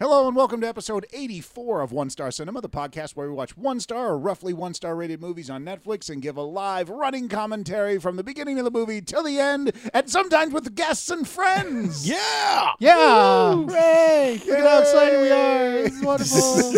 Hello and welcome to episode 84 of One Star Cinema, the podcast where we watch one star or roughly one star rated movies on Netflix and give a live running commentary from the beginning of the movie till the end, and sometimes with guests and friends. Yeah. Yeah. Hooray! Look at how excited we are. This is wonderful.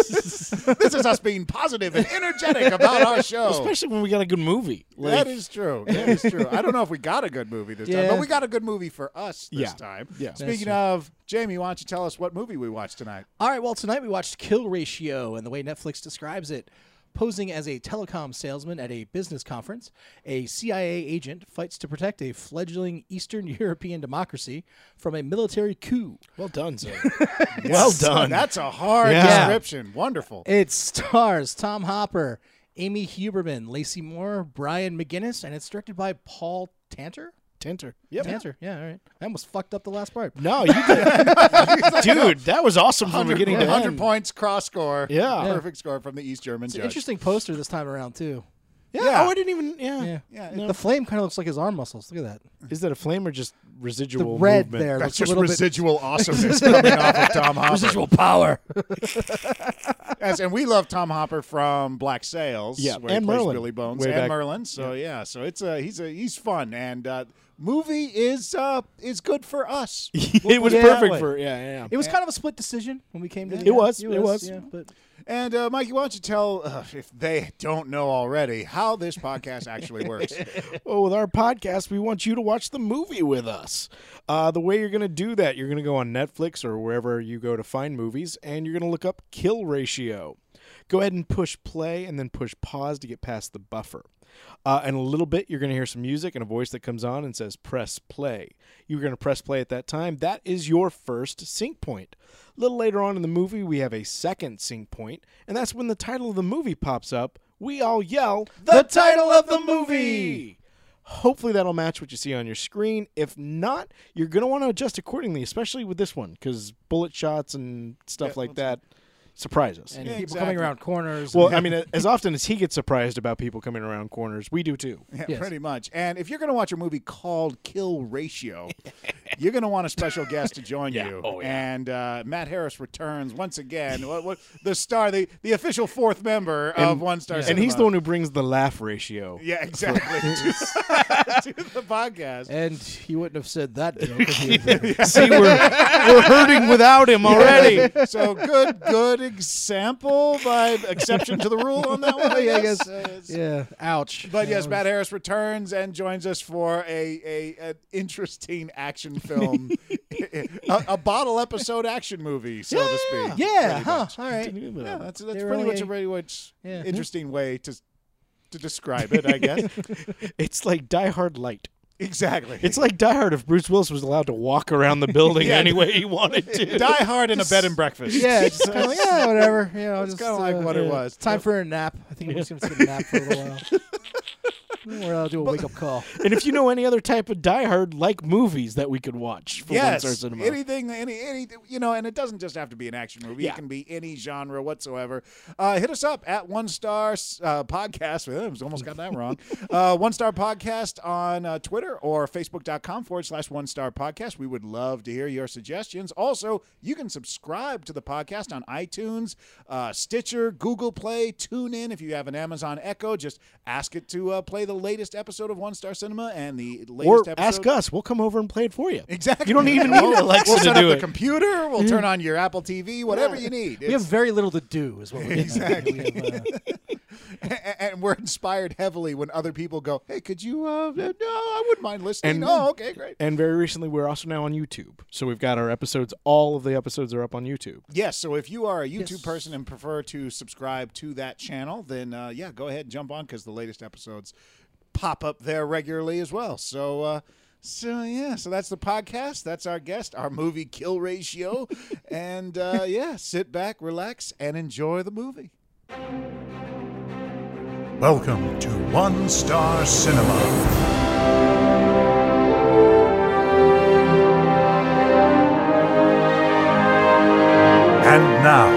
this is us being positive and energetic about our show. Especially when we got a good movie. Like, that is true. That is true. I don't know if we got a good movie this time, Yeah. but we got a good movie for us this Yeah. time. Yeah. That's Speaking true. of, Jamie, why don't you tell us what movie we watched tonight? All right, well, tonight we watched Kill Ratio, and the way Netflix describes it posing as a telecom salesman at a business conference, a CIA agent fights to protect a fledgling Eastern European democracy from a military coup. well done, Zay. well So done. that's a hard Yeah. description. Wonderful. It stars Tom Hopper, Amy Huberman, Lacey Moore, Brian McGinnis, and it's directed by Paul Tanter? Tinter. Yep. Tanter, yeah, all right. I almost fucked up the last part. No, you did. dude. That was awesome from 100, beginning to 100 end. points cross score. Yeah. Yeah. Perfect score from the East German It's an judge. interesting poster this time around, too. Yeah. Yeah. Oh, I didn't even. Yeah. Yeah. Yeah, The flame kind of looks like his arm muscles. Look at that. Is that a flame or just residual? red movement? there. That's looks a just little bit- residual awesomeness coming off of Tom Hopper. Residual power. As, and we love Tom Hopper from Black Sails, Yeah, where he and plays Merlin, Billy Bones way and back. Merlin. So yeah, so it's a he's a he's fun and uh, movie is uh is good for us. it was Yeah. perfect for. Yeah. Yeah. It was kind of a split decision when we came to It was, it was. Yeah, but And uh, Mikey, why don't you tell uh, if they don't know already how this podcast actually works? Well, with our podcast, we want you to watch the movie with us. Uh, the way you're going to do that, you're going to go on Netflix or wherever you go to find movies, and you're going to look up kill ratio. Go ahead and push play and then push pause to get past the buffer. Uh, in a little bit, you're going to hear some music and a voice that comes on and says, press play. You're going to press play at that time. That is your first sync point. A little later on in the movie, we have a second sync point, and that's when the title of the movie pops up. We all yell, The title of the movie! Hopefully that'll match what you see on your screen. If not, you're going to want to adjust accordingly, especially with this one, because bullet shots and stuff like that surprise us. and Yeah, people exactly. coming around corners. well, and- I mean, as often as he gets surprised about people coming around corners, we do too. Yeah, Yes. pretty much. And if you're going to watch a movie called Kill Ratio, you're going to want a special guest to join you. And uh, Matt Harris returns once again. what, what, the star, the, the official fourth member of One Star And he's Cinema. the one who brings the laugh ratio. Yeah, exactly. to, to the podcast. and he wouldn't have said that joke. if he had been- See, we're, we're hurting without him already. so good, good example by exception to the rule on that one. I Yeah, I guess. guess. yeah, ouch. But yes, Um, Matt Harris returns and joins us for a, a an interesting action film, a, a bottle episode action movie, so to speak. Yeah, pretty huh? much. All right. Yeah, that's that's They're pretty really much a a- pretty much Yeah. interesting way to to describe it, I guess. It's like Die Hard Light. exactly. It's like Die Hard if Bruce Willis was allowed to walk around the building Yeah. any way he wanted to. Die Hard in a bed and breakfast. Yeah, it's just kind of like, yeah, whatever. You know, It's just kinda like uh, what it was. It's time for a nap. I think I'm just going to take a nap for a little while. Or I'll do a wake up call. and if you know any other type of Die Hard like movies that we could watch for Yes, One Star Cinema. anything, any, any, you know, and it doesn't just have to be an action movie. It Yeah. can be any genre whatsoever. Uh, hit us up at One Star uh, Podcast. I almost got that wrong. uh, one Star Podcast on uh, Twitter or Facebook.com forward slash One Star Podcast. We would love to hear your suggestions. Also, you can subscribe to the podcast on iTunes, uh, Stitcher, Google Play, TuneIn. If you have an Amazon Echo, just ask it to uh, play the latest episode of One Star Cinema and the or latest episode. ask us. We'll come over and play it for you. Exactly. You don't even We'll- need Alexa We'll to set do up the it. computer. We'll turn on your Apple TV. Whatever you need. We have very little to do, is what we're Exactly. We have, uh, It's- and we're inspired heavily when other people go, "Hey, could you? Uh, no, I wouldn't mind listening." And- oh, okay, great. And very recently, we're also now on YouTube. So we've got our episodes. All of the episodes are up on YouTube. Yes. So if you are a YouTube Yes. person and prefer to subscribe to that channel, then uh, yeah, go ahead and jump on because the latest episodes pop up there regularly as well. So. Uh, so yeah, so that's the podcast. That's our guest, our movie kill ratio, and uh, yeah, sit back, relax, and enjoy the movie. Welcome to One Star Cinema. And now,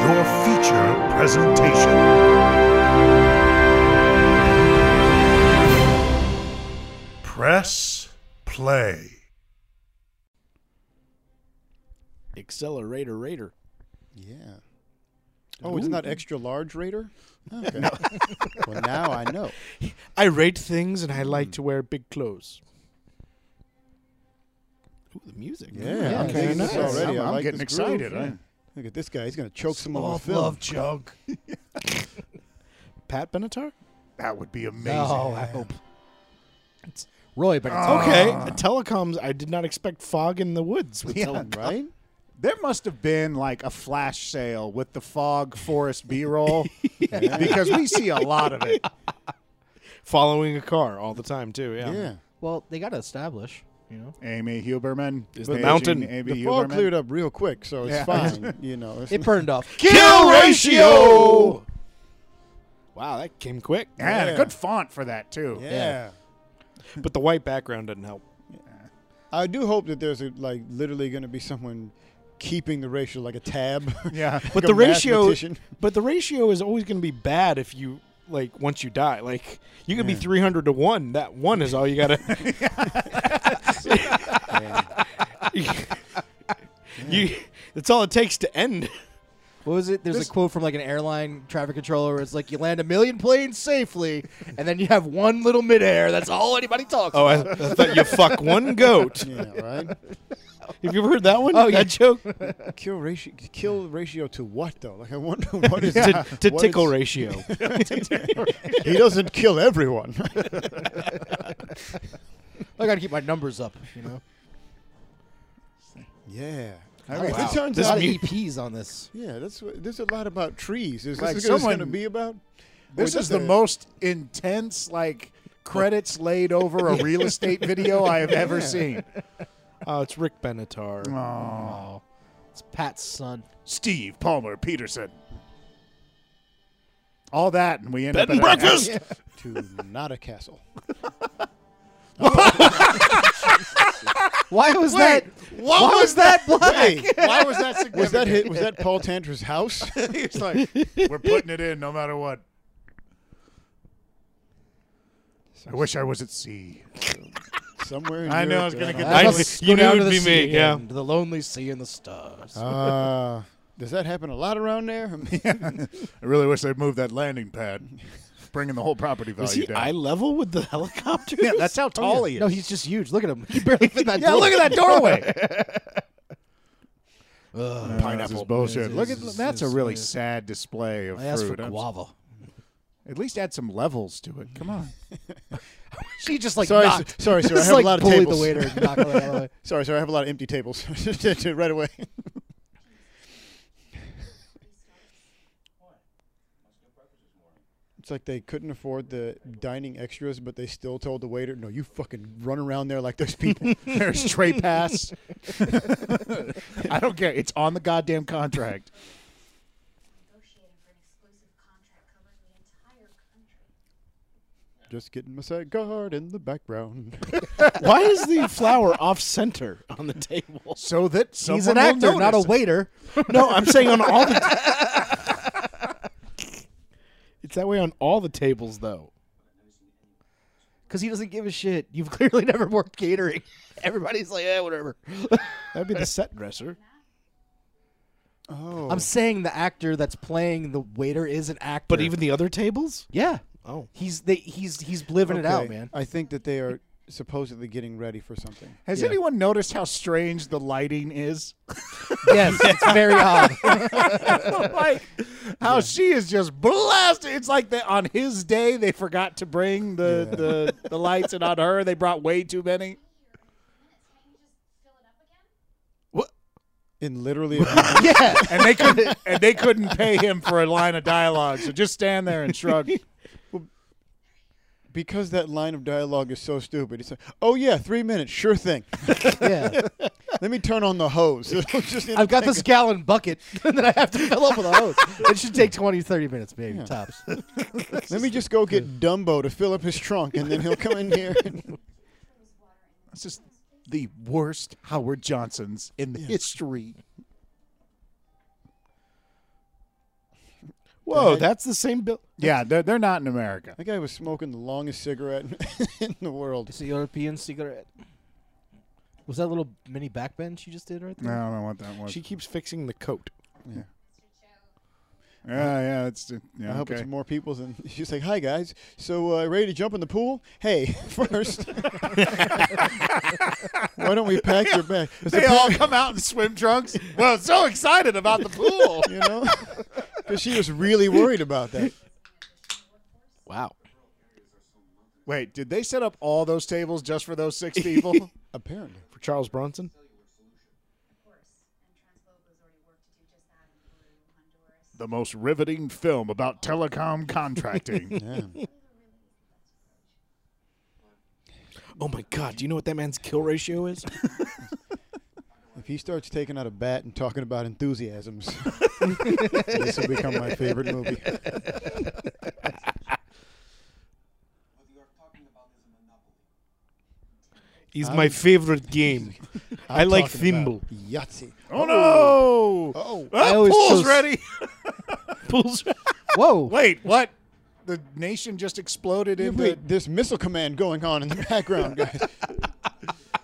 your feature presentation. Press play. Accelerator Raider. Yeah. Oh, it's not extra large Raider? Okay. well, now I know. I rate things and I like to wear big clothes. Ooh, the music. Yeah, I'm I'm kinda digging this nice. already. I'm- I I'm like getting this groove. excited, eh? Look at this guy. He's going to choke someone with film. junk. Pat Benatar? That would be amazing. Oh. Oh, I hope. It's Roy, but it's Okay. Ah. telecoms. I did not expect fog in the woods. With Oh, tele- right? There must have been like a flash sale with the Fog Forest B roll because we see a lot of it. following a car all the time too. Yeah. Yeah. Well, they got to establish, you know. Amy Huberman Is the Aging mountain- Amy The fog Huberman. cleared up real quick, so it's Yeah. fine. You know, it's It burned off. Kill ratio. Wow, that came quick. Yeah, and a Yeah. good font for that too. Yeah. But the white background doesn't help. I do hope that there's a, like literally going to be someone keeping the ratio like a tab. Yeah. Like But a the ratio mathematician. but the ratio is always going to be bad if you like once you die. Like you could be 300 to 1. That 1 is all you got to You that's all it takes to end. What was it? There's a quote from like an airline traffic controller where it's like you land a million planes safely, and then you have one little midair. That's all anybody talks. Oh, I, I thought you fuck one goat. Yeah, right. Have you ever heard that one? Oh, that joke Kill ratio. Kill ratio to what though? Like I wonder what is to, to what tickle is- ratio. He doesn't kill everyone. I got to keep my numbers up. You know, yeah. I mean, It wow. turns a out. lot of EPs E on this. yeah, that's what, there's a lot about trees. Is this Like what it's going to someone- be about? This Or is the a- most intense like credits laid over a real estate video I have ever seen. Oh, it's Rick Benatar. Oh, it's Pat's son. Steve Palmer Peterson. All that, and we end up at and a- breakfast! to not a castle. Why was that? What Why was that black? Hey, Why was that significant? was that hit? Was that Paul Tantra's house? He's like, we're putting it in no matter what. I wish I was at sea. Somewhere. In I know, I was Europe, gonna don't get know. that. I- Let's you go knew down it to would the be sea me, yeah. again, to the lonely sea and the stars. Uh, does that happen a lot around there? I really wish they'd moved that landing pad, bringing the whole property value Is he down. eye level with the helicopter? yeah, that's how tall he is. no, he's just huge. Look at him. He barely fit in Oh, that. yeah, door. look at that doorway. This pineapple. is bullshit. This Look at is- that's a this really is- sad display of I asked for fruit. I'm- guava. At least add some levels to it. Come on. She just like sorry, knocked. s- sorry, sir. I Just, have like, a lot of bullied tables. the waiter and knocked her out of the way. Sorry, sir. I have a lot of empty tables. right away. It's like they couldn't afford the dining extras, but they still told the waiter, "No, you fucking run around there like there's people." There's tray pass. I don't care. It's on the goddamn contract. negotiating for an exclusive contract covering the entire country. Just getting my side guard in the background. Why is the flower off center on the table? So that someone He's an will actor, not a notice. waiter. No, I'm saying on all the. it's that way on all the tables, though. because he doesn't give a shit. You've clearly never worked catering. Everybody's like, yeah, whatever. That'd be the set dresser. oh, I'm saying the actor that's playing the waiter is an actor. But even the other tables? yeah, Oh. he's they, he's he's living it out, man. I think that they are supposedly getting ready for something. Has Yeah. anyone noticed how strange the lighting is? yes, it's very odd. like how she is just blasted. It's like that on his day they forgot to bring the, the the lights, and on her they brought way too many. Can't you just fill it up again? In literally, a- yeah, and they couldn't and they couldn't pay him for a line of dialogue. So just stand there and shrug. because that line of dialogue is so stupid. It's like, "Oh yeah, three minutes, sure thing." yeah. Let me turn on the hose. Just I've got this gallon bucket that I have to fill up with a hose. It should take 20, 30 minutes, maybe tops. Let me just go get Dumbo to fill up his trunk, and then he'll come in here. and- This is the worst Howard Johnsons in history. Whoa, that's the same bill. Yeah, they're, they're not in America. that guy was smoking the longest cigarette in the world. It's a European cigarette. Was that little mini backbend she just did right there? I don't know what that was. She keeps fixing the coat. Yeah, yeah, it's uh, yeah. I hope okay. it's more people than she's like, "Hi guys, so uh, ready to jump in the pool? Hey, first, why don't we pack your bag? It's they a all pack, come out in swim trunks. Well, so excited about the pool. you know, because she was really worried about that. Wow. Wait, did they set up all those tables just for those six people? Apparently, For Charles Bronson? Of course. And Translogo's already worked to do just that in Peru, Honduras. the most riveting film about telecom contracting. yeah. Oh my God! Do you know what that man's kill ratio is? If he starts taking out a bat and talking about enthusiasms, this will become my favorite movie. What you are talking about is a monopoly. He's my favorite game. I like Thimble. Yahtzee. oh no! Oh, I always pool's chose- ready. Pulls. Whoa. Wait, what? The nation just exploded Wait, into. there's missile command going on in the background, guys. To express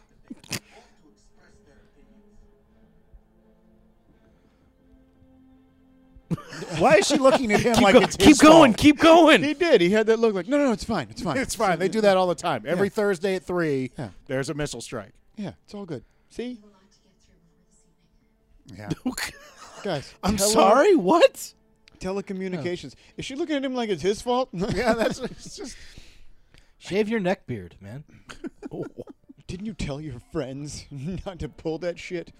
their opinions. Why is she looking at him like Go- it's his keep going. fault? Keep going. he did. He had that look like, no, no, no, it's fine, it's fine, It's fine. They do that all the time. Every Thursday at three, Yeah. there's a missile strike. Yeah, it's all good. See, A lot to get through before this evening. Yeah. guys. I'm tele- sorry. What? Telecommunications. Is she looking at him like it's his fault? yeah, that's it's just. Shave your neck beard, man. Didn't you tell your friends not to pull that shit?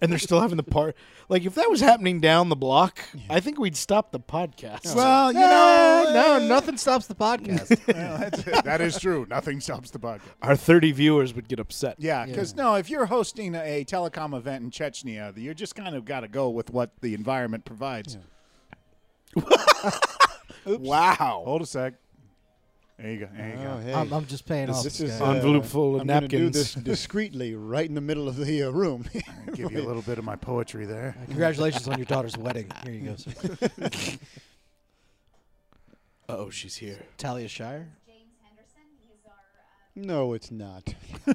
And they're still having the part. Like if that was happening down the block, I think we'd stop the podcast. Well, you no, nothing stops the podcast. that is true. Nothing stops the podcast. Our 30 viewers would get upset. Yeah, because no, if you're hosting a telecom event in Chechnya, you're just kind of got to go with what the environment provides. Wow. Hold a sec. There you go. There you Oh, go. hey. I'm, I'm just paying off. this this is guy. uh, Envelope full of I'm gonna Do napkins. this discreetly, right in the middle of the uh, room. Give you a little bit of my poetry there. Congratulations on your daughter's wedding. Here you go. Sir. Oh, she's here. Talia Shire. James Henderson, he's our uh, no, it's not. My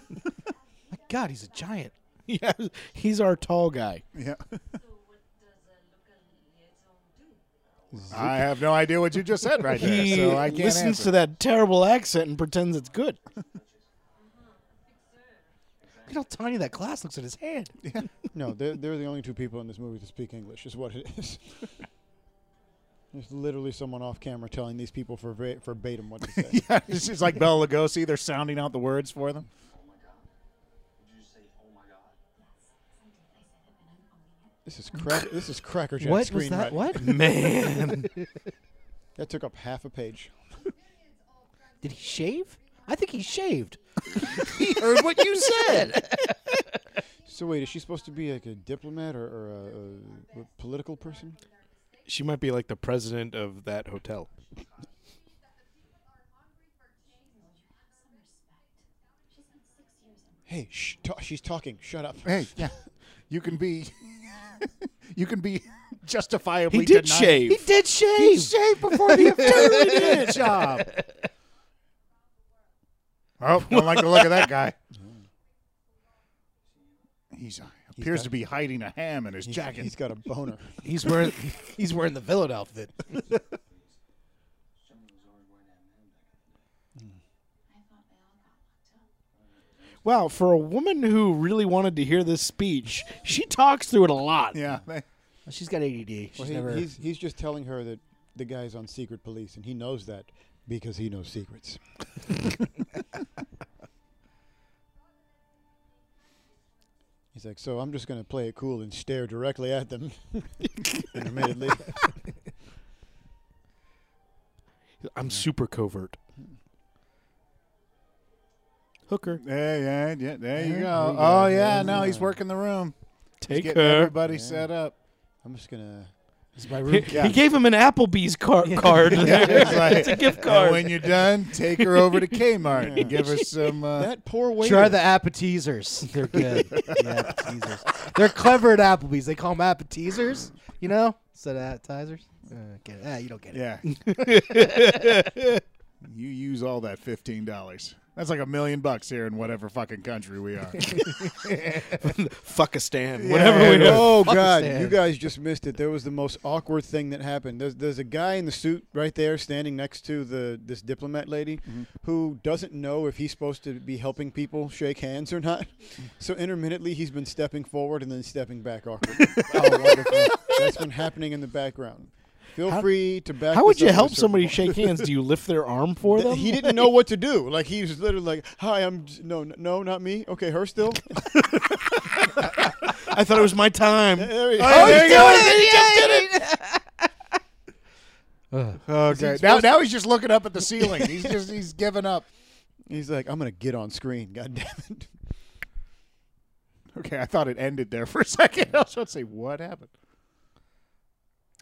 God, he's a giant. Yeah, he's our tall guy. Yeah. so what does a local liaison do? I have no idea what you just said right there, He so I can't listens answer. to that terrible accent and pretends it's good. Look at how tiny that glass looks in his hand. No, they're, they're the only two people in this movie that speak English, is what it is. There's literally someone off camera telling these people verba- verbatim what to say. It's just like Bela Lugosi. They're sounding out the words for them. Oh my god. Did you just say, oh my god? I said it, and I'm owning it. This is crack. This is Cracker Jack what was that? screenwriting. What? Man. That took up half a page. Did he shave? I think he shaved. He heard what you said. So wait, is she supposed to be like a diplomat or, or a, a, a political person? she might be like the president of that hotel. Well, you have some respect. She's been six years in Hey, shh, ta- she's talking. Shut up. hey, yeah. You can be. You can be justifiably. He did denied- shave. He did shave. shaved before the attorney job. Oh, don't like the look of that guy. He's uh, appears to be hiding a ham in his He's- jacket. he's got a boner. He's wearing he's wearing the villain outfit. Wow, for a woman who really wanted to hear this speech, she talks through it a lot. yeah, they- She's got ADD. She's Well, he- never. he's he's just telling her that the guy's on secret police, and he knows that because he knows secrets. He's like, so I'm just gonna play it cool and stare directly at them. Intermittently, I'm super covert. Hooker, yeah, yeah, yeah, There you go. Oh yeah, no, he's working the room. He's take getting her. everybody set up. I'm just gonna. It's my He, room. Yeah. he gave him an Applebee's car- card. It's like, it's a gift and card. when you're done, take her over to Kmart and give her some. Uh, That poor waiter. Try the appetizers. They're good. the appetizers. They're clever at Applebee's. They call them appetizers. You know, instead of appetizers. Uh, get it. Ah, you don't get it. yeah. you use all that fifteen dollars. That's like a million bucks here in whatever fucking country we are. Fuckistan, whatever we yeah. know. Oh Fuck God! stand. You guys just missed it. There was the most awkward thing that happened. There's there's a guy in the suit right there, standing next to the this diplomat lady, Mm-hmm. who doesn't know if he's supposed to be helping people shake hands or not. So intermittently, he's been stepping forward and then stepping back awkwardly. oh, wonderful! That's been happening in the background. Feel free to back. How would this you up at a help certain somebody point. shake hands? Do you lift their arm for them? He didn't know what to do. Like he was literally like, "Hi, I'm j- no, n- no, not me. Okay, her still." I thought it was my time. There he Oh, there you go. Is Okay. he Now, now he's just looking up at the ceiling. He's just he's giving up. He's like, "I'm gonna get on screen. God damn it." Okay, I thought it ended there for a second. I was about to say, what happened?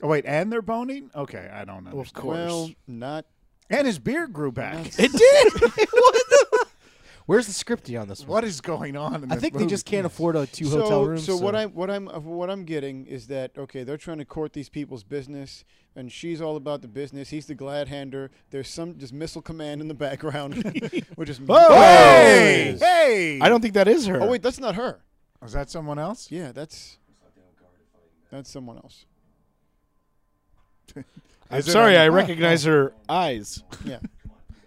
Oh wait, and they're boning? Okay, I don't know. Well, not and his beard grew back. It did. what the? Where's the scripty on this one? What is going on? In I this think movie? they just can't afford a two so, hotel rooms. So, what I'm what I'm uh, what I'm getting is that okay, they're trying to court these people's business, and she's all about the business. He's the glad hander. There's some just missile command in the background, which is Hey, hey! I don't think that is her. Oh wait, that's not her. Is that someone else? Yeah, that's that's someone else. I'm Is it sorry, on- I recognize her eyes. Yeah,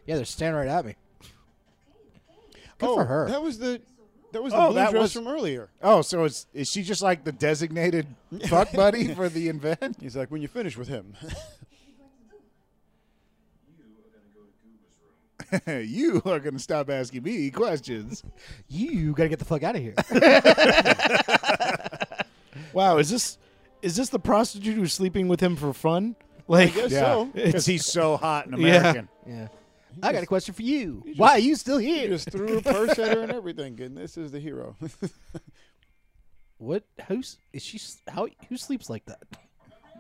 yeah, they're staring right at me. Good oh, for her. That was the that was the Oh, blue that dress was- from earlier. Oh, so is is she just like the designated fuck buddy for the event? He's like, when you finish with him, you are going to stop asking me questions. you gotta get the fuck out of here. Wow, is this is this the prostitute who's sleeping with him for fun? Like, guess so. because he's so hot and Yeah. American. yeah. I got a question for you. Why are you still He here? just threw a purse at her and everything, and this is the hero. what house is she? s- How who sleeps like that?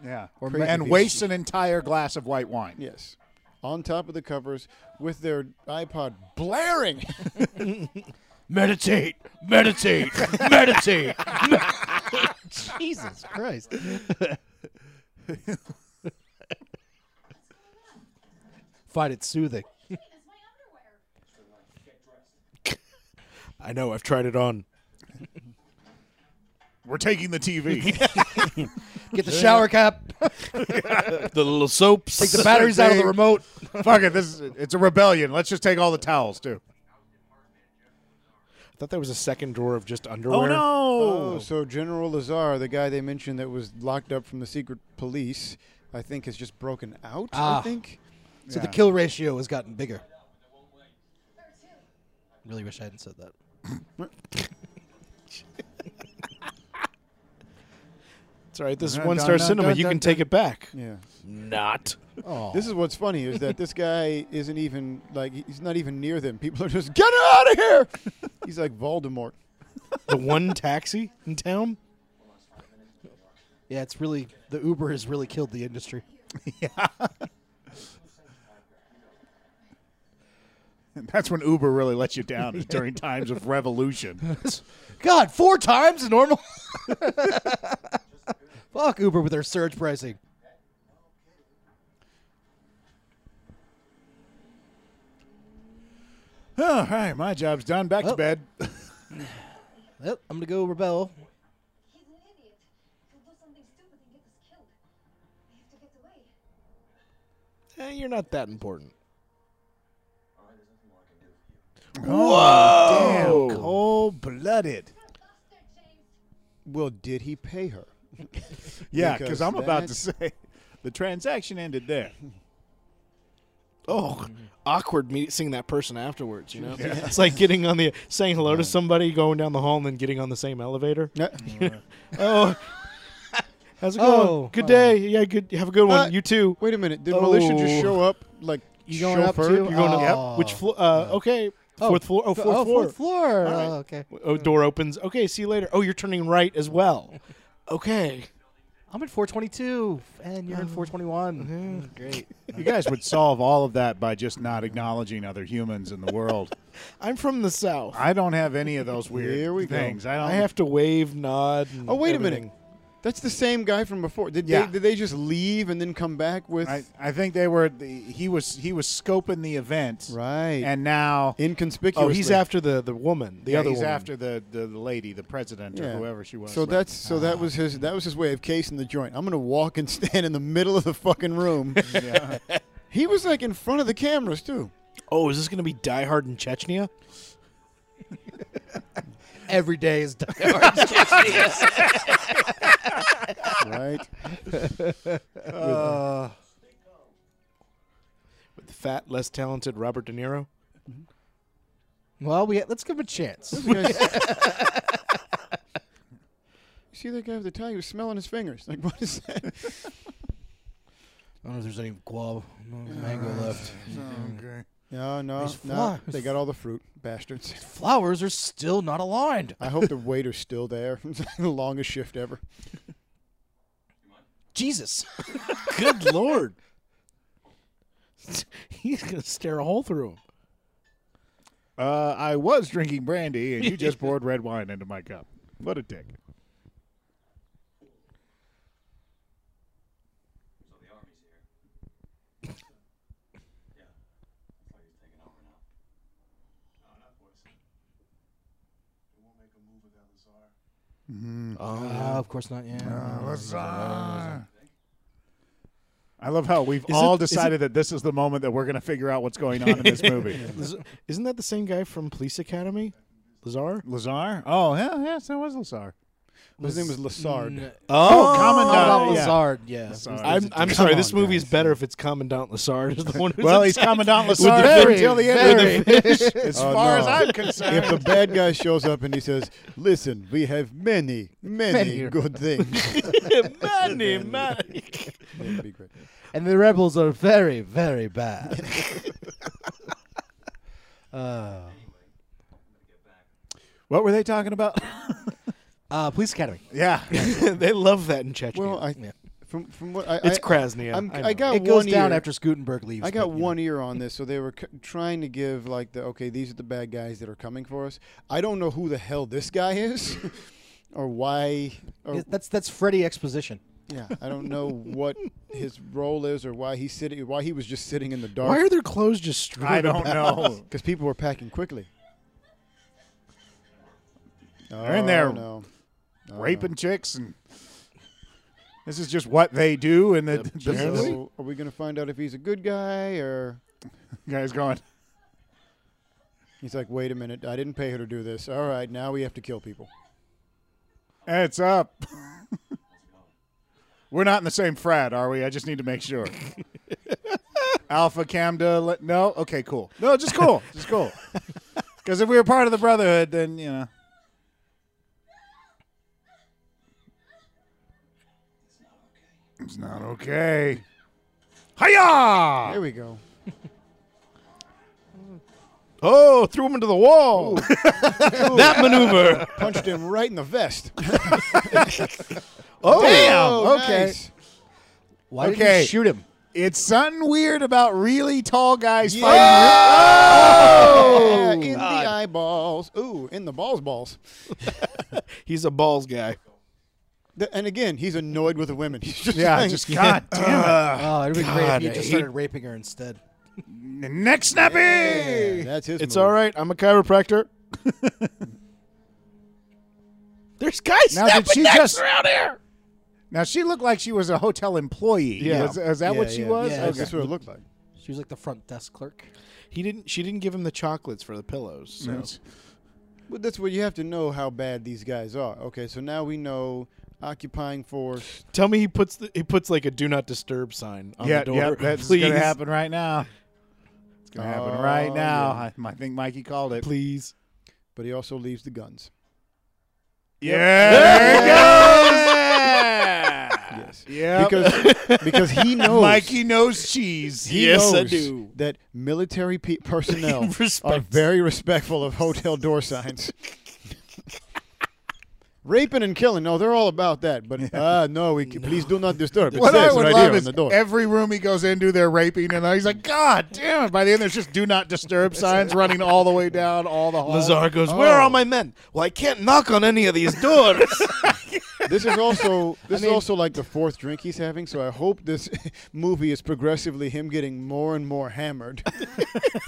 Yeah, Crazy and bitch. wastes an entire glass of white wine. Yes. On top of the covers with their iPod blaring. meditate, meditate, meditate. Jesus Christ! Find it soothing. It's my underwear. I know, I've tried it on. We're taking the TV. Get the shower cap. The little soaps. Take the batteries out of the Dang. remote. Fuck it. This is, it's a rebellion. Let's just take all the towels too. I thought that was a second drawer of just underwear. Oh, so General Lazar, the guy they mentioned that was locked up from the secret police, I think has just broken out, Ah. I think. So the kill ratio has gotten bigger. Really wish I hadn't said that. It's all right. This is Dun, one dun, star dun, cinema. dun, You dun, can take it back. Yeah. Not. Oh, This is what's funny is that this guy isn't even like he's not even near them. People are just get out of here. He's like Voldemort. The one taxi in town. yeah, it's really the Uber has really killed the industry. That's when Uber really lets you down is during times of revolution. God, four times the normal. Fuck Uber with their surge pricing. all right, my job's done. Back Oh. to Well. bed. Well, I'm gonna go rebel. He's an idiot. He'll do something stupid and get us killed. I have to get away. Eh, you're not that important. Alright, there's nothing more I can do for you. Whoa! Oh. Damn, cold blooded. Bastard, James. Well, did he pay her? Yeah, Oh. Because because I'm about that- to say the transaction ended there. Oh, awkward meeting seeing that person afterwards. You know, it's like getting on the saying hello to somebody, going down the hall, and then getting on the same elevator. No. Oh, how's it going? Oh. good day. Yeah, good. Have a good one. Uh, you too. Wait a minute. Did militia Oh. just show up like You going up chauffeured? to- You You're going to Oh. which floor? Uh, okay, fourth floor. Oh, fourth oh, floor. fourth floor. right. Oh, okay. Oh, door opens. Okay, see you later. Oh, you're turning right as well. Okay. I'm at 422, and you're in Mm. 421. Mm-hmm. Great. Oh. You guys would solve all of that by just not acknowledging other humans in the world. I'm from the south. I don't have any of those weird Here we go. things. I don't I have to wave, nod. and Oh, wait a everything. minute. That's the same guy from before. Did Yeah. they did they just leave and then come back with I, I think they were the, he was he was scoping the event Right. and now inconspicuous? Oh, he's after the the woman, the yeah, other he's woman. after the, the the lady the president or whoever she was uh, So Right. that's so that was his that was his way of casing the joint. I'm gonna walk and stand in the middle of the fucking room. he was like in front of the cameras too. Oh, is this going to be Die Hard in Chechnya? Every day is Right. With the fat, less talented Robert De Niro? well, we let's give him a chance. You guys- You See that guy with the tie? He was smelling his fingers. Like, what is that? I don't know if there's any guava, mango Mm. left. okay. No, no, There's no. flies. They got all the fruit, bastards. Flowers are still not aligned. I hope the waiter's still there. It's like the longest shift ever. Jesus. Good lord. He's going to stare a hole through him. Uh, I was drinking brandy, and you just poured red wine into my cup. What a dick! So the army's here. yeah. That's why he's taking over now. No, not Boise. They won't make a move without Lazar. Uh-huh. Oh, of course not. Yeah. I love how we've Is all it- is decided that this is the moment that we're going to figure out what's going on in this movie. Is- Isn't that the same guy from Police Academy? Lazar? Lazar? Oh, yeah, yeah, so was Lazar. His name was Lassard. Oh, Commandant Oh, yeah. Lazard, yeah. I'm, I'm sorry. This movie is better if it's Commandant Lassard is the one who's Well, he's Commandant Lazar very, until the end of the fish, Oh, as far as I'm concerned. If the bad guy shows up and he says, "Listen, we have many, many, Many. good things," money, money. that'd be great. And the rebels are very, very bad. Uh, what were they talking about? uh, Police Academy. yeah, they love that in Chechnya. Well, I Yeah. from from what I, it's I, Krasnia. I'm- I I know. got- It goes one down ear. after Scutenberg leaves. I but, got you know. one ear on this, so they were c- trying to give like the okay, these are the bad guys that are coming for us. I don't know who the hell this guy is, or why, or It- That's that's Freddy exposition. yeah, I don't know what his role is or why he's sitting, why he was just sitting in the Why dark are their clothes just strewn? I don't know. because people were packing quickly. They're in there Oh, no. raping chicks, and this is just what they do. And the, the, the So are we going to find out if he's a good guy or? guy's going, He's like, wait a minute, I didn't pay her to do this. All right, now we have to kill people. "It's up." We're not in the same frat, are we? I just need to make sure. Alpha Camda, le- no, okay, cool. No, just cool, just cool. Because if we were part of the Brotherhood, then you know. It's not okay. Hiya! There we go. Oh, threw him into the wall. that maneuver. Punched him right in the vest. Oh, Oh, okay. nice. Why did Okay. you shoot him? It's something weird about really tall guys Yeah. fighting. Yeah, in the eyeballs. Ooh, in the balls, balls. He's a balls guy. Th- and again, he's annoyed with the women. He's just Yeah, like- just God damn oh, it'd be great if God, you I just hate- started raping her instead. it. Neck snappy. Yeah, that's his. It's move. all right. I'm a chiropractor. There's guys Now, did she snapping necks just- around here. Now she looked like she was a hotel employee. Yeah. is, is that Yeah, what she yeah. was? Yeah. That's Okay. just what it looked like. She was like the front desk clerk. He didn't. She didn't give him the chocolates for the pillows. So. But that's what you have to know how bad these guys are. Okay, so now we know occupying force. Tell me he puts the, he puts like a do not disturb sign on yeah, the door. yeah, that's please, gonna happen right now. It's gonna happen right Oh, now. yeah. I, I think Mikey called it. Please. But he also leaves the guns. Yeah, there it goes. Yes. yeah, Because because he knows Ah, Mikey knows cheese. he Yes, I knows do. that military pe- personnel are Respect. very respectful of hotel door signs. Raping and killing, no, they're all about that. But ah, no, we, c please do not disturb. It What says I would right love here is on the door. every room he goes into, they're raping, and he's like, "God damn!" it. By the end, there's just "Do not disturb" signs running all the way down all the halls. Oh. Lazar goes. Where are all my men? Well, I can't knock on any of these doors. This is also this mean- is also like the fourth drink he's having. So I hope this movie is progressively him getting more and more hammered.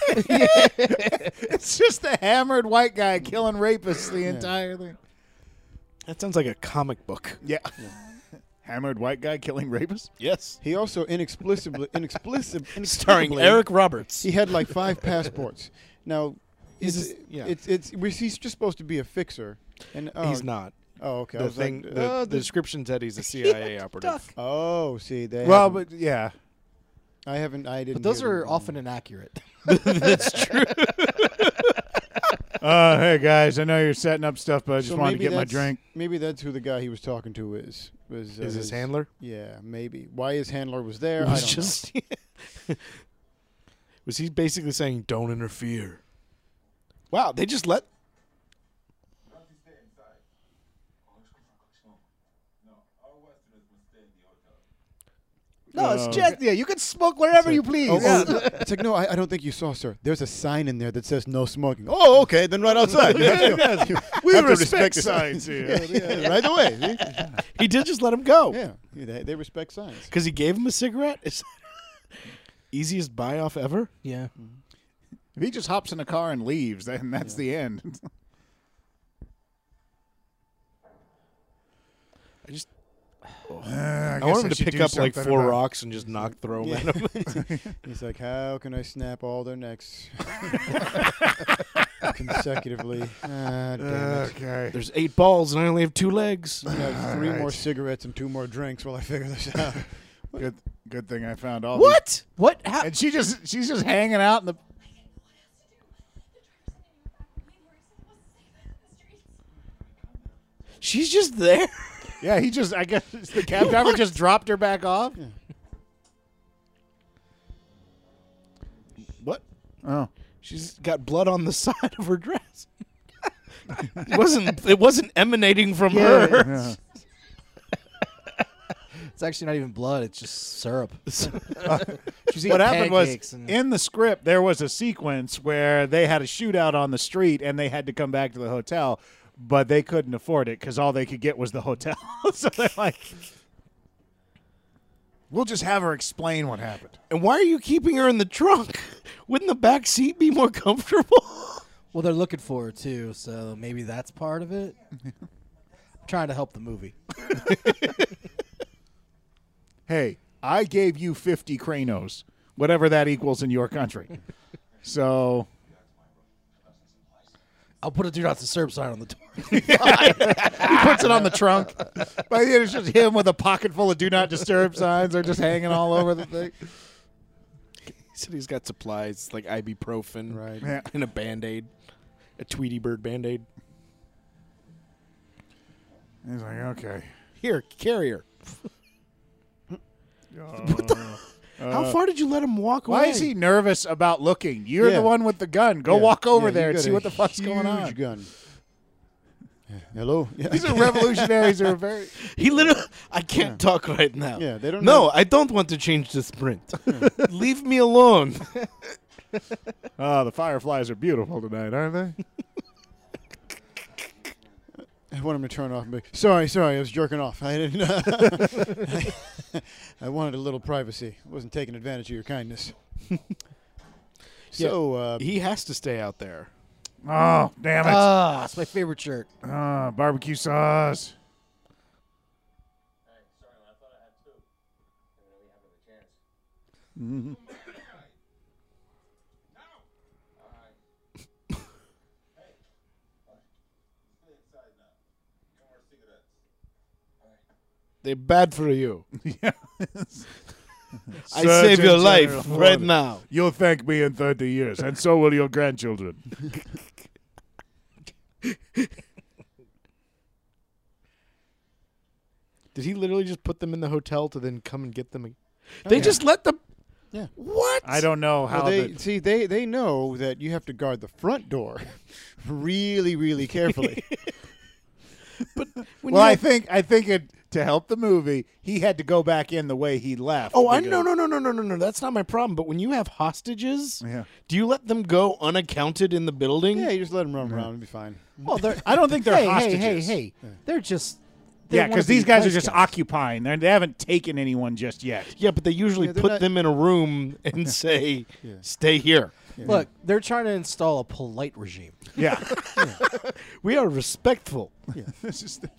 It's just the hammered white guy killing rapists the entire thing. That sounds like a comic book. Yeah. hammered white guy killing rapists? Yes. He also inexplicably inexplicably Starring Eric Roberts. He had like five passports. Now, He's it's, just- yeah. it's it's we- he's just supposed to be a fixer, and oh, He's not. Oh, okay. I The was thing, like, the, uh, the description said he's a CIA operative. Duck. oh, see, they Well, haven't- but yeah. I haven't. I But didn't. those hear are them. often inaccurate. Uh, hey guys, I know you're setting up stuff, but I just So wanted to maybe get my that's- drink. Maybe that's who the guy he was talking to is. Was uh, Is his handler? Yeah, maybe. Why his handler was there? I was don't just. was he basically saying, "Don't interfere"? Wow, they just let. Nothing's there inside. Oh, it's good for collection. No, our Westerners must stay in the hotel. No, Uh, it's just yeah. You can smoke wherever you please. know. Yeah. Oh, oh, it's like no, I, I don't think you saw, sir. There's a sign in there that says no smoking. Oh, okay, then right outside. You have to- you We have to respect the signs here. Yeah, yeah, right away. see? He did just let him go Yeah, yeah, they, they respect signs. because he gave him a cigarette. Is easiest buy off ever? yeah. If he just hops in a car and leaves, then that's the end. I just I, I, want him to pick up like four rocks and just knock throw 'em at him. He's like, how can I snap all their necks consecutively? Ah, damn it. Okay. There's eight balls and I only have two legs. I have three more Alright. cigarettes and two more drinks while I figure this out. Good, good thing I found all. these- What? What? How? And she just she's just hanging out in the. She's just there. Yeah, he just I guess the cab driver just dropped her back off. What? Oh, She's got blood on the side of her dress. it wasn't. It wasn't emanating from her. It's actually not even blood. It's just syrup. She's what eating happened was pancakes and- in the script there was a sequence where they had a shootout on the street and they had to come back to the hotel, but they couldn't afford it because all they could get was the hotel. so they're like, "We'll just have her explain what happened." And why are you keeping her in the trunk? Wouldn't the back seat be more comfortable? well, they're looking for it too, so maybe that's part of it. I'm trying to help the movie. Hey, I gave you fifty cranos, whatever that equals in your country. so I'll put a do not disturb sign on the door. he puts it on the trunk. But it's just him with a pocket full of do not disturb signs. They're just hanging all over the thing. He said he's got supplies like ibuprofen, Right. Yeah. and a band aid, a Tweety Bird band aid. He's like, okay. Here, carry her. How far did you let him walk away? Why is he nervous about looking? You're Yeah. the one with the gun. Go Yeah, walk over yeah, there you and got see a what the fuck's going huge on. Gun. Yeah, Hello. Yeah. These are revolutionaries who are very. He literally. I can't talk right now. Yeah, they don't No, know- I don't want to change the sprint. Leave me alone. Oh, the fireflies are beautiful tonight, aren't they? I want him to turn off. And be, sorry, sorry, I was jerking off. I didn't. I wanted a little privacy. I wasn't taking advantage of your kindness. so uh, he has to stay out there. Oh, damn it. Uh, Ah, it's my favorite shirt. Ah, barbecue sauce. Hey, sorry, I thought I had two. Didn't really have another chance. No! Alright. Hey. Alright. Stay inside now. No more cigarettes. Alright. They're bad for you. yeah. I Surgeon save your life General right order. now. You'll thank me in 30 years, and so will your grandchildren. Did he literally just put them in the hotel to then come and get them? ag- Oh, They just let them. Yeah. What? I don't know how Well, they the- see they they know that you have to guard the front door really really carefully. When Well, you I have- think I think it to help the movie, he had to go back in the way he left. Oh, I because- no no no no no no no. That's not my problem. But when you have hostages, Yeah. do you let them go unaccounted in the building? yeah, you just let them run around and be fine. Well, they're, I don't think they're hey, hostages. Hey, hey, hey! They're just they yeah, wanna because be these guys are nice just occupying. They're, they haven't taken anyone just yet. Yeah, but they usually Yeah, they're put not- them in a room and say, "Stay here." Look, they're trying to install a polite regime. Yeah. We are respectful. This is the-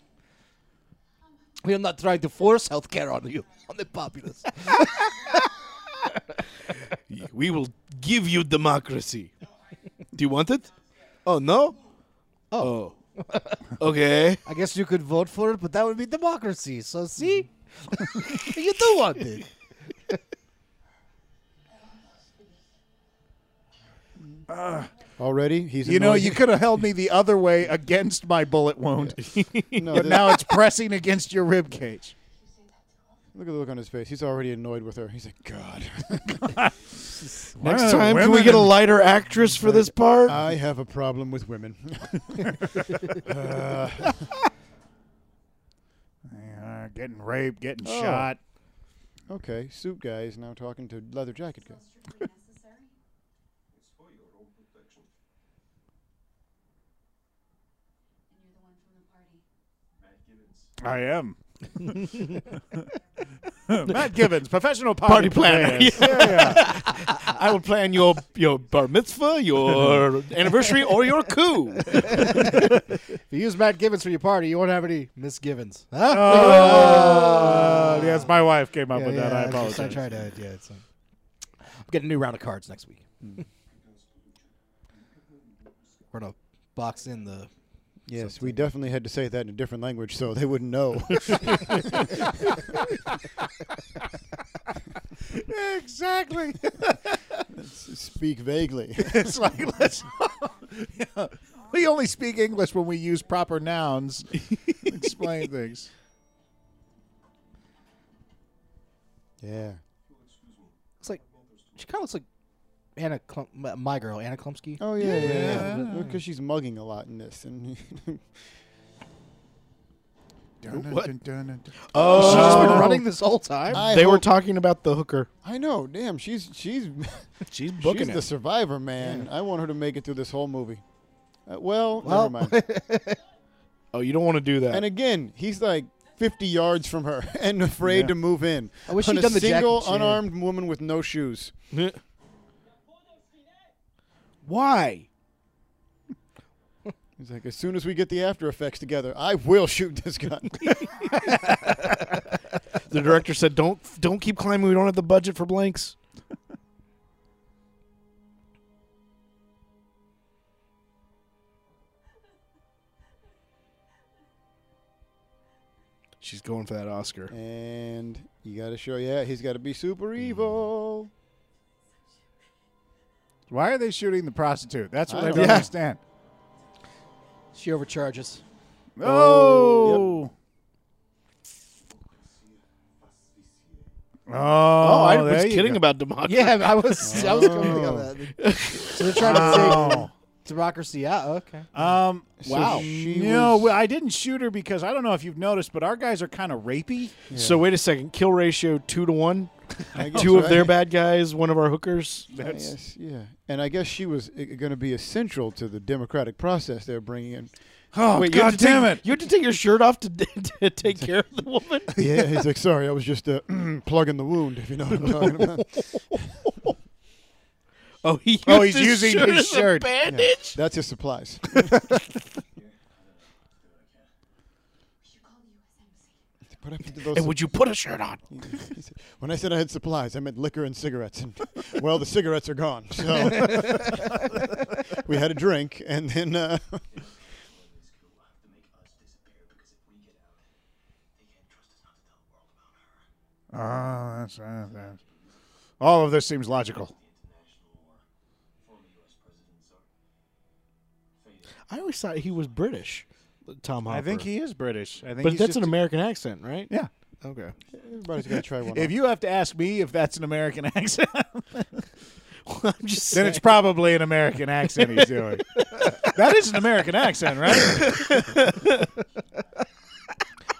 We are not trying to force healthcare on you, on the populace. We will give you democracy. Do you want it? Oh no. Oh. okay. I guess you could vote for it, but that would be democracy. So see, you do want it. Already, he's you know, annoyed. you could have held me the other way against my bullet wound, No, but this- now it's pressing against your rib cage. look at the look on his face. He's already annoyed with her. He's like, God, Why Next are time, can we women get a in- lighter actress for this part? I have a problem with women. Yeah, getting raped, getting Oh. shot. okay, suit guy is now talking to leather jacket guy. Strictly necessary. It's for your own protection. Matt Gibbons. And you're the one from the party. I am. Matt Gibbons, professional party, Party planner. Yeah, yeah. I will plan your your bar mitzvah, your anniversary, or your coup. If you use Matt Gibbons for your party, you won't have any misgivings. Huh? Oh, yes, my wife came up with that. I apologize. just- I tried to. Yeah, it's, I'm getting a new round of cards next week. We're gonna box in the. Yes, we definitely had to say that in a different language so they wouldn't know. Exactly. Speak vaguely. it's like let's. Yeah. We only speak English when we use proper nouns. Explain things. yeah. Looks like she kind of looks like Anna, Klum, my- my girl Anna Klumsky. Oh yeah, yeah, yeah. Because she's mugging a lot in this, and What? Oh. She's been running this whole time. I They were hope- talking about the hooker. I know. Damn, she's she's She's she's the survivor, man. I want her to make it through this whole movie. Uh, well, Well. never mind. Oh, you don't want to do that. and again, he's like 50 yards from her and afraid to move in. I wish on she'd a done the jacket single chin. unarmed woman with no shoes. Why? He's like, as soon as we get the after effects together, I will shoot this gun. The director said, "Don't don't keep climbing. We don't have the budget for blanks." She's going for that Oscar. and you got to show, yeah, he's got to be super evil. Why are they shooting the prostitute? That's what I I, don't don't know. understand. She overcharges. Oh. Oh, Oh, I there was you kidding go. about democracy. Yeah, I was. I was coming on that. So they're trying to Oh. Wow. take democracy out. Okay. Um, Wow. she no, was- well, I didn't shoot her because I don't know if you've noticed, but our guys are kind of rapey. So wait a second. Kill ratio two to one. I guess, Two of right? their bad guys, one of our hookers. I guess, yeah. And I guess she was going to be essential to the democratic process they're bringing in. Oh, Wait, you God have to damn take, it. You have to take your shirt off to, to take care of the woman. Yeah, he's like, sorry, I was just uh, plugging the wound, if you know what I'm talking about. Oh, he Oh, used he's using shirt his as a shirt. bandage. That's his supplies. We should call the U.S. Embassy. Put up into those And would you put a shirt on? He said, when I said I had supplies, I meant liquor and cigarettes. And well, the cigarettes are gone. So we had a drink, and then uh, This coup will have to make us disappear because if we get out, they can't trust us not to tell the world about her. Oh, that's, uh, that's- all of this seems logical. International war. Former U.S. presidents are fated. I always thought he was British, Tom Hopper. I think he is British. I think But he's that's just- an American accent, right? yeah. Okay. everybody's got to try one. If on. you have to ask me if that's an American accent, I'm just then saying. it's probably an American accent he's doing. that is an American accent, right?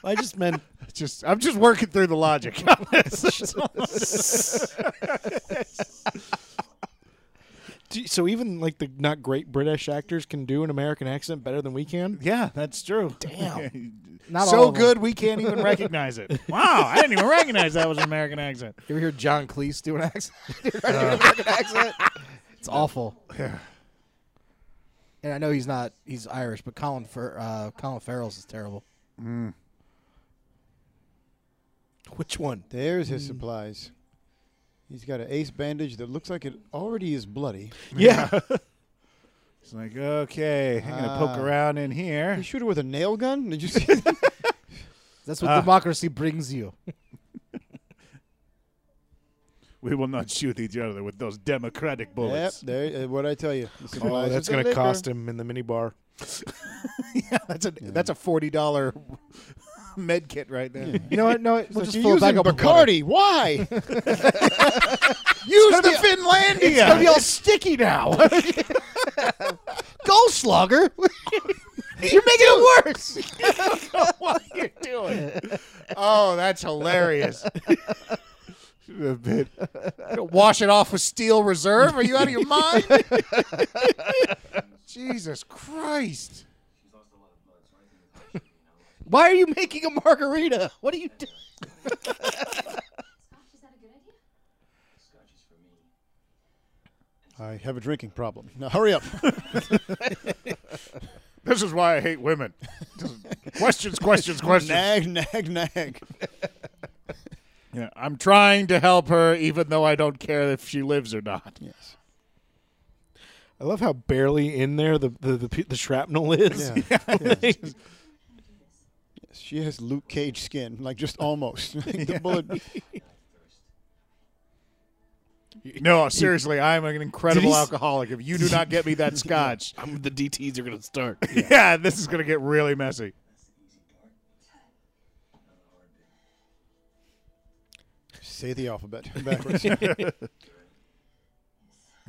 I just meant. just I'm just working through the logic. Do- So even like the not great British actors can do an American accent better than we can. yeah, that's true. Damn. Not all so of them. good we can't even recognize it. Wow, I didn't even recognize that was an American accent. You ever hear John Cleese do an accent? Do an American accent? Uh. It's awful. and I know he's not he's Irish, but Colin Fer, uh, Colin Farrell's is terrible. Which one? Hmm. There's his supplies. He's got an ace bandage that looks like it already is bloody. Yeah. It's like, okay, I'm gonna poke Ah. around in here. He shoot her with a nail gun. Did you see? that? That's what democracy brings you. We will not shoot each other with those democratic yep. bullets. There. Uh, what I tell you. The Oh, supplies that's with the going to liquor. cost him in the minibar. yeah, that's a that's a forty dollar med kit right there. You know what? No, we'll Like, just you're fill it back using up with water. Bacardi. Why? Use the Finlandia. It'll be all sticky now. Go slugger. You're making it worse. what are you doing? Oh, that's hilarious. The bit. Wash it off with Steel Reserve? Are you out of your mind? Jesus Christ. She's lost a lot of blood, so anything that's actually, you know, like, Why are you making a margarita? What are you doing? Scotch, is that a good idea? scotch is for me. I have a drinking problem. Now hurry up. This is why I hate women. questions, questions, questions. nag, nag, nag. Yeah, I'm trying to help her, even though I don't care if she lives or not. Yes. I love how barely in there the the, the, pe- the shrapnel is. Yeah. Yes, She has Luke Cage skin, like just almost. Like, the bullet. No, seriously, I'm an Did incredible he s- alcoholic. If you do not get me that scotch, I'm, the DTs are going to start. yeah. this is going to get really messy. Say the alphabet backwards.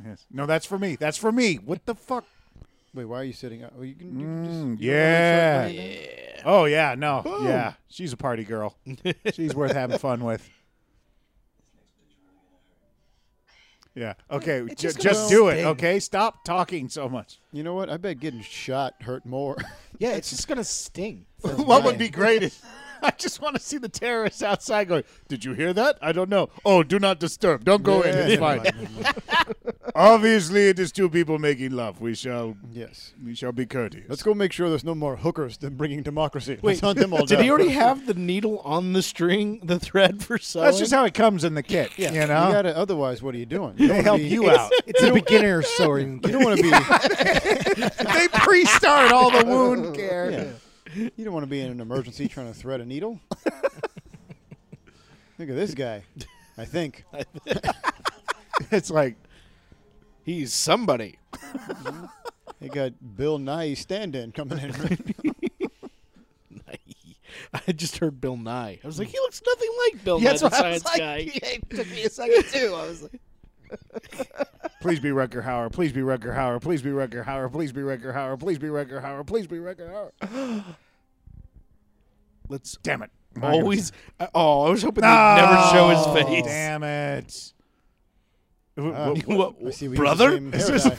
Yes. No, that's for me. That's for me. What the fuck? Mm, Wait, why are you sitting up? Well, you can, you can just- you don't yeah. really try to- Oh yeah, no, yeah, she's a party girl. she's worth having fun with. Yeah. Okay. It's ju- just just gonna do it. sting. Okay. Stop talking so much. You know what? I bet getting shot hurt more. Yeah, it's just gonna sting. what would be great is I just want to see the terrorists outside going. Did you hear that? I don't know. Oh, do not disturb. Don't go in. It's fine. Obviously, it is two people making love. We shall. yes. We shall be courteous. Let's go make sure there's no more hookers than bringing democracy. Wait, Let's hunt them all did down. he already have the needle on the string, the thread for sewing? That's just how it comes in the kit. Yeah. You know. You gotta, otherwise, what are you doing? they help you out. It's a beginner sewing. You don't want to be. they pre-start all the wound care. yeah. You don't want to be in an emergency trying to thread a needle. Look at this guy. I think. It's like He's somebody. They got Bill Nye stand in coming in. I just heard Bill Nye. I was like, he looks nothing like Bill Yeah, Nye, that's the what I was science guy. like. It took me a second too. I was like, Please be Rucker Hauer. Please be Rucker Hauer. Please be Rucker Hauer. Please be Rucker Hauer. Please be Rucker Hauer. Please be Rucker Hauer. Let's Damn it. I'm not always. I- oh, I was hoping gonna- they'd never show No. his face. Oh, Damn it. Ah. Uh, What- what- What- I see we use the brother? same Is hair this, dye.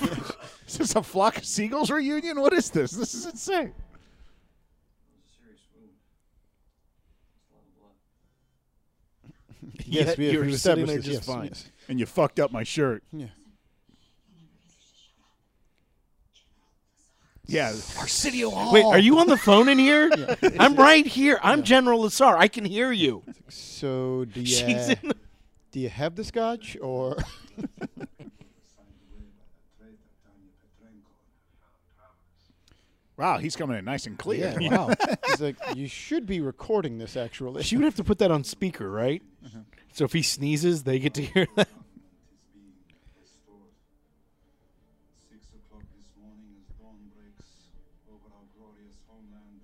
is this a flock of seagulls reunion? What is this? This is insane. It was a serious wound. It's a lot of blood. yes, Yet we have you're we've sitting established there this. just yes, fine. yes. And you fucked up my shirt. Yeah. Yeah. Arsenio Hall. Wait, are you on the phone in here? I'm right here. I'm General Lassar. I can hear you. So do you, She's in the- do you have the scotch or Signed away by that traitor, Tanya Petrenko. Wow, he's coming in nice and clear. Yeah, wow. he's like you should be recording this actually. She would have to put that on speaker, right? Uh-huh. So if he sneezes, they get to hear that. It's being restored. Six o'clock this morning, as dawn breaks over our glorious homeland,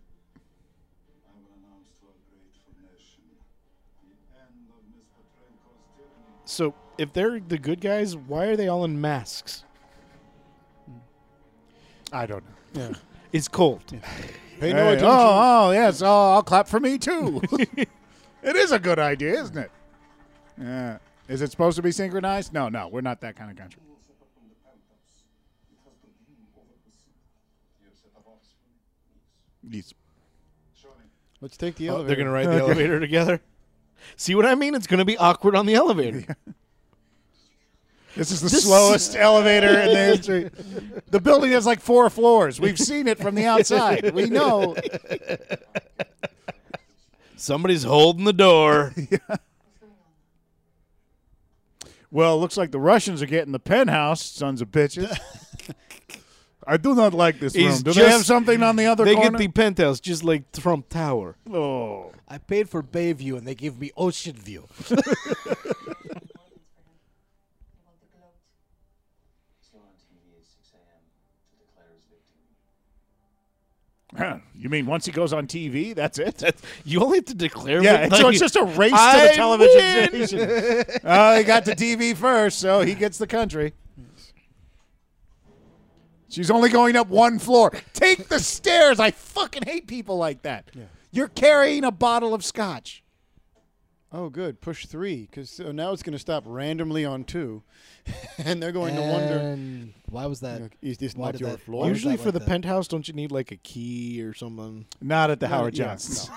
I will announce to our grateful nation the end of Miss Petrenko's tyranny. So if they're the good guys, why are they all in masks? I don't know. yeah. It's cold. Pay Hey, no attention. oh, oh, yes. Oh, I'll clap for me too. it is a good idea, isn't it? Yeah. Is it supposed to be synchronized? No, no. We're not that kind of country. You set up on the penthouse. It has the view over the sea. You have set up office for me? Yes. Yes. Show me. Let's take the Oh, elevator. they're going to ride the elevator together. See what I mean? It's going to be awkward on the elevator. This is the This- slowest elevator in the history. The building has like four floors. We've seen it from the outside. We know. Somebody's holding the door. Well, it looks like the Russians are getting the penthouse, sons of bitches. I do not like this He's room. Do they have just- something on the other they corner? get the penthouse just like Trump Tower. oh. I paid for Bayview and they give me Ocean View. Organs for him. He won't be gloat. Still on TV at 6 a.m. to declare his victory. Huh. You mean once he goes on TV, that's it? You only have to declare. yeah, victory. so it's just a race to I the television win! station. Uh, he got to TV first, so he gets the country. She's only going up one floor. Take the stairs. I fucking hate people like that. You're carrying a bottle of scotch. Oh, good. Push three because so now it's going to stop randomly on two, and they're going Uh, to wonder. And why was that? Like, Is this Why not did your that- floor? why was Usually that for like the that? penthouse, don't you need like a key or something? Not at the Howard yeah, Johnson's.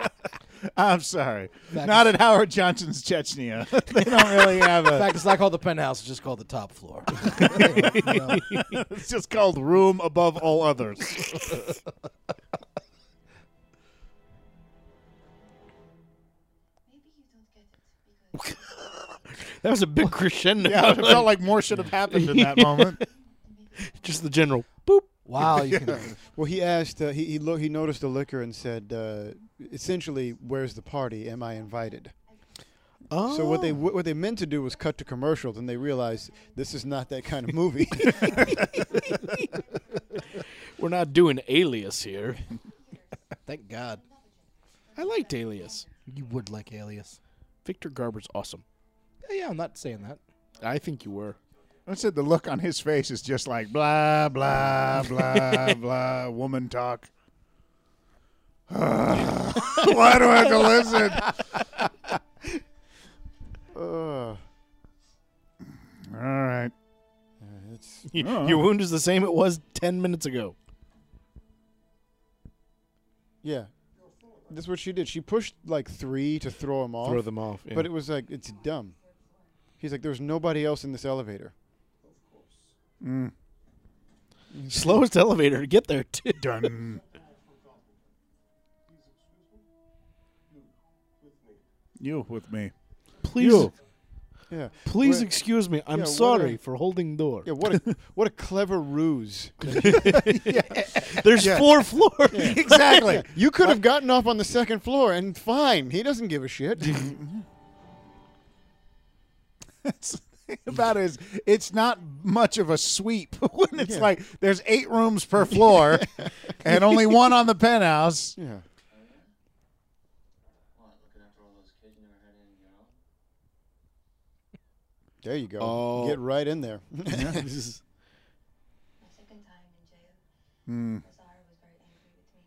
I'm sorry. Not is- at Howard Johnson's Chechnya. they don't really have In a. fact, it's not called the penthouse; it's just called the top floor. It's just called room above all others. Maybe you don't get it because That was a big crescendo. Yeah, it felt like more should have happened in that moment. just the general. wow, you can, Well, he asked. Uh, he he, lo- he noticed the liquor and said, uh, essentially, "Where's the party? Am I invited?" Oh. So what they what they meant to do was cut to commercial. Then they realized this is not that kind of movie. We're not doing Alias here. thank God. I liked Alias. You would like Alias. Victor Garber's awesome. Yeah, yeah, I'm not saying that. I think you were. I said the look on his face is just like blah blah blah blah woman talk. Why do I have to listen? uh, All right. it's Oh. Your wound is the same it was 10 minutes ago. yeah. That's what she did. She pushed like three to throw him off. Throw them off. But it was like it's dumb. He's like, there's nobody else in this elevator. slowest elevator to get there, too. Done. You with me. Please, Yeah. please Where- excuse me. I'm Yeah, what sorry a- for holding door. Yeah, what a what a clever ruse. There's four floors. Exactly. You could have gotten off on the second floor and fine. He doesn't give a shit. That's about is it's not much of a sweep when it's like there's eight rooms per floor and only one on the penthouse. yeah. What, looking after all those kids you never had any of your own? There you go. Oh. Get right in there. This is- my second time in jail, Lazar was very angry with me.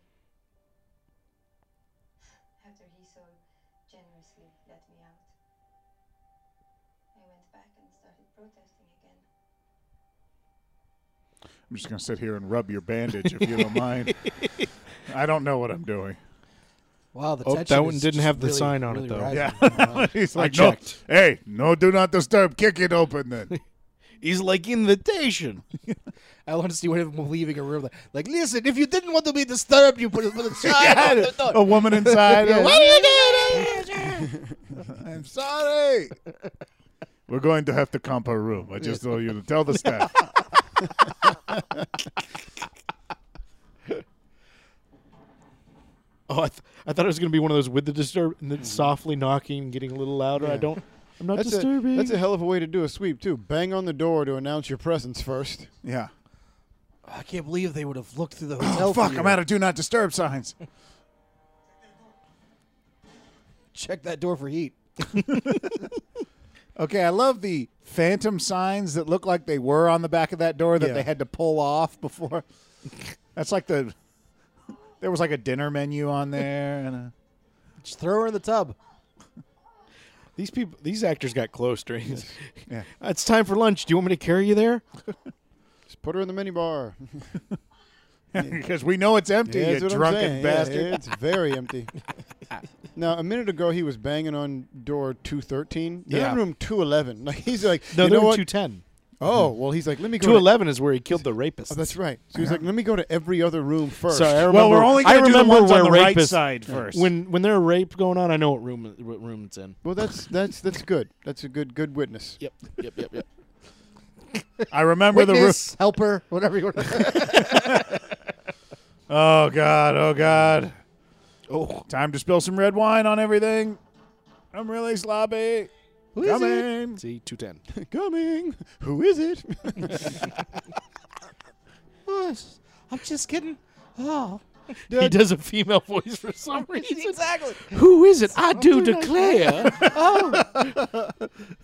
After he so generously let me out, I went back and started protesting again. I'm just gonna sit here and rub your bandage if you don't mind. I don't know what I'm doing. Wow, the Oh, tension that one is didn't just have the really- sign on it, really though. rising. Yeah. Wow. He's I like, no, checked. hey, no, do not disturb. Kick it open then. He's like invitation. I want to see one of them leaving a room like, like, listen, if you didn't want to be disturbed, you put, put a sign on the door. Oh. a woman inside. What are you doing? I'm sorry. We're going to have to comp her room. I just told you to tell the staff. Oh, I, th- I thought it was gonna be one of those with the disturb and then softly knocking, getting a little louder. I Yeah. don't. I'm not That's a, disturbing. that's a hell of a way to do a sweep too. Bang on the door to announce your presence first. yeah. I can't believe they would have looked through the hotel. Oh, fuck, for I'm you. out of do not disturb signs. Check that door for heat. Okay, I love the phantom signs that look like they were on the back of that door that Yeah. they had to pull off before. That's like the. There was like a dinner menu on there, and a, Just throw her in the tub. these people, these actors got close during. this. Yeah. It's time for lunch. Do you want me to carry you there? Just put her in the minibar. because we know it's empty. Yeah, you that's what I'm drunken saying. Yeah, bastard. it's very empty. now, a minute ago, he was banging on door 213. They're Yeah. in room 211. Like, he's like, No, you they know were what? 210. oh, well, he's like, let me go. To- 211 is where he killed the rapist. oh, that's right. So he's like, let me go to every other room first. Sorry, I remember. Well, we're only I going to do the remember ones where on the right rapists- side first. When when there are rape going on, I know what room what room it's in. Well, that's that's that's good. That's a good good witness. Yep, yep, yep, yep. I remember Witness, helper, whatever you want to the room. Oh god. Oh god. Oh, time to spill some red wine on everything. I'm really sloppy. Who is it? Coming. See, 210. Coming. Who is it? Oh, I'm just kidding. Oh, he does a female voice for some reason. exactly. Who is it? I do declare.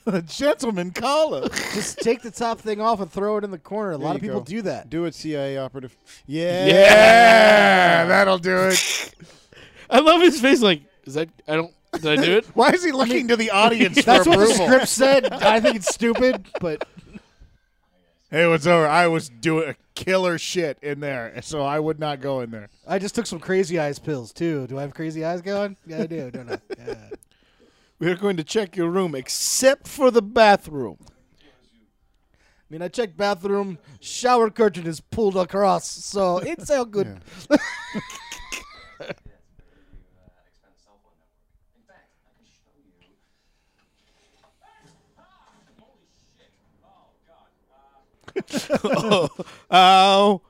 The gentleman caller. Just take the top thing off and throw it in the corner. A lot of you people go. do that. Do it, CIA operative. Yeah. yeah, that'll do it. I love his face. Like, is that? I don't. Did I do it? Why is he looking to the audience for That's what the approval? script said. I think it's stupid, but Hey, what's over? I was doing killer shit in there, so I would not go in there. I just took some crazy eyes pills too. Do I have crazy eyes going? Yeah, I do, don't I? Yeah. We are going to check your room, except for the bathroom. I mean, I checked bathroom. Shower curtain is pulled across, so it's all good. Oh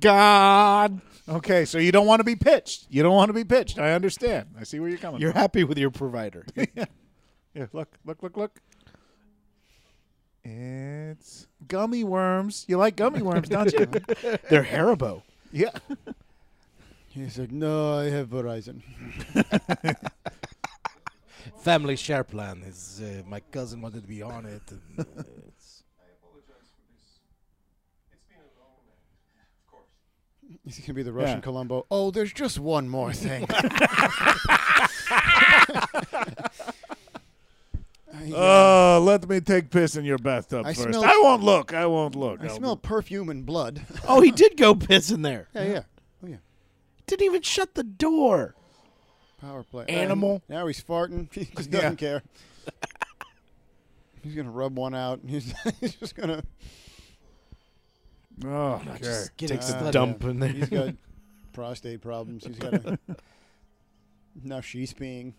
God! Okay, so you don't want to be pitched. You don't want to be pitched. I understand. I see where you're coming. You're from. happy with your provider. Yeah, look, look, look, look. It's gummy worms. You like gummy worms, don't you? They're Haribo. yeah. He's like, no, I have Verizon. Family share plan is uh, my cousin wanted to be on it. And, uh, it's- He's gonna be the Russian Yeah. Columbo. Oh, there's just one more thing. I, uh, Oh, let me take piss in your bathtub I first. smell- I won't look. I won't look. I I'll- smell perfume and blood. Oh, he did go piss in there. yeah, yeah, oh yeah. Didn't even shut the door. Power play. Uh, Animal. now he's farting. He just doesn't care. He's gonna rub one out. and He's, he's just gonna. Oh, okay. just get Takes it a done. dump in there. He's got prostate problems. He's got. A, now she's peeing.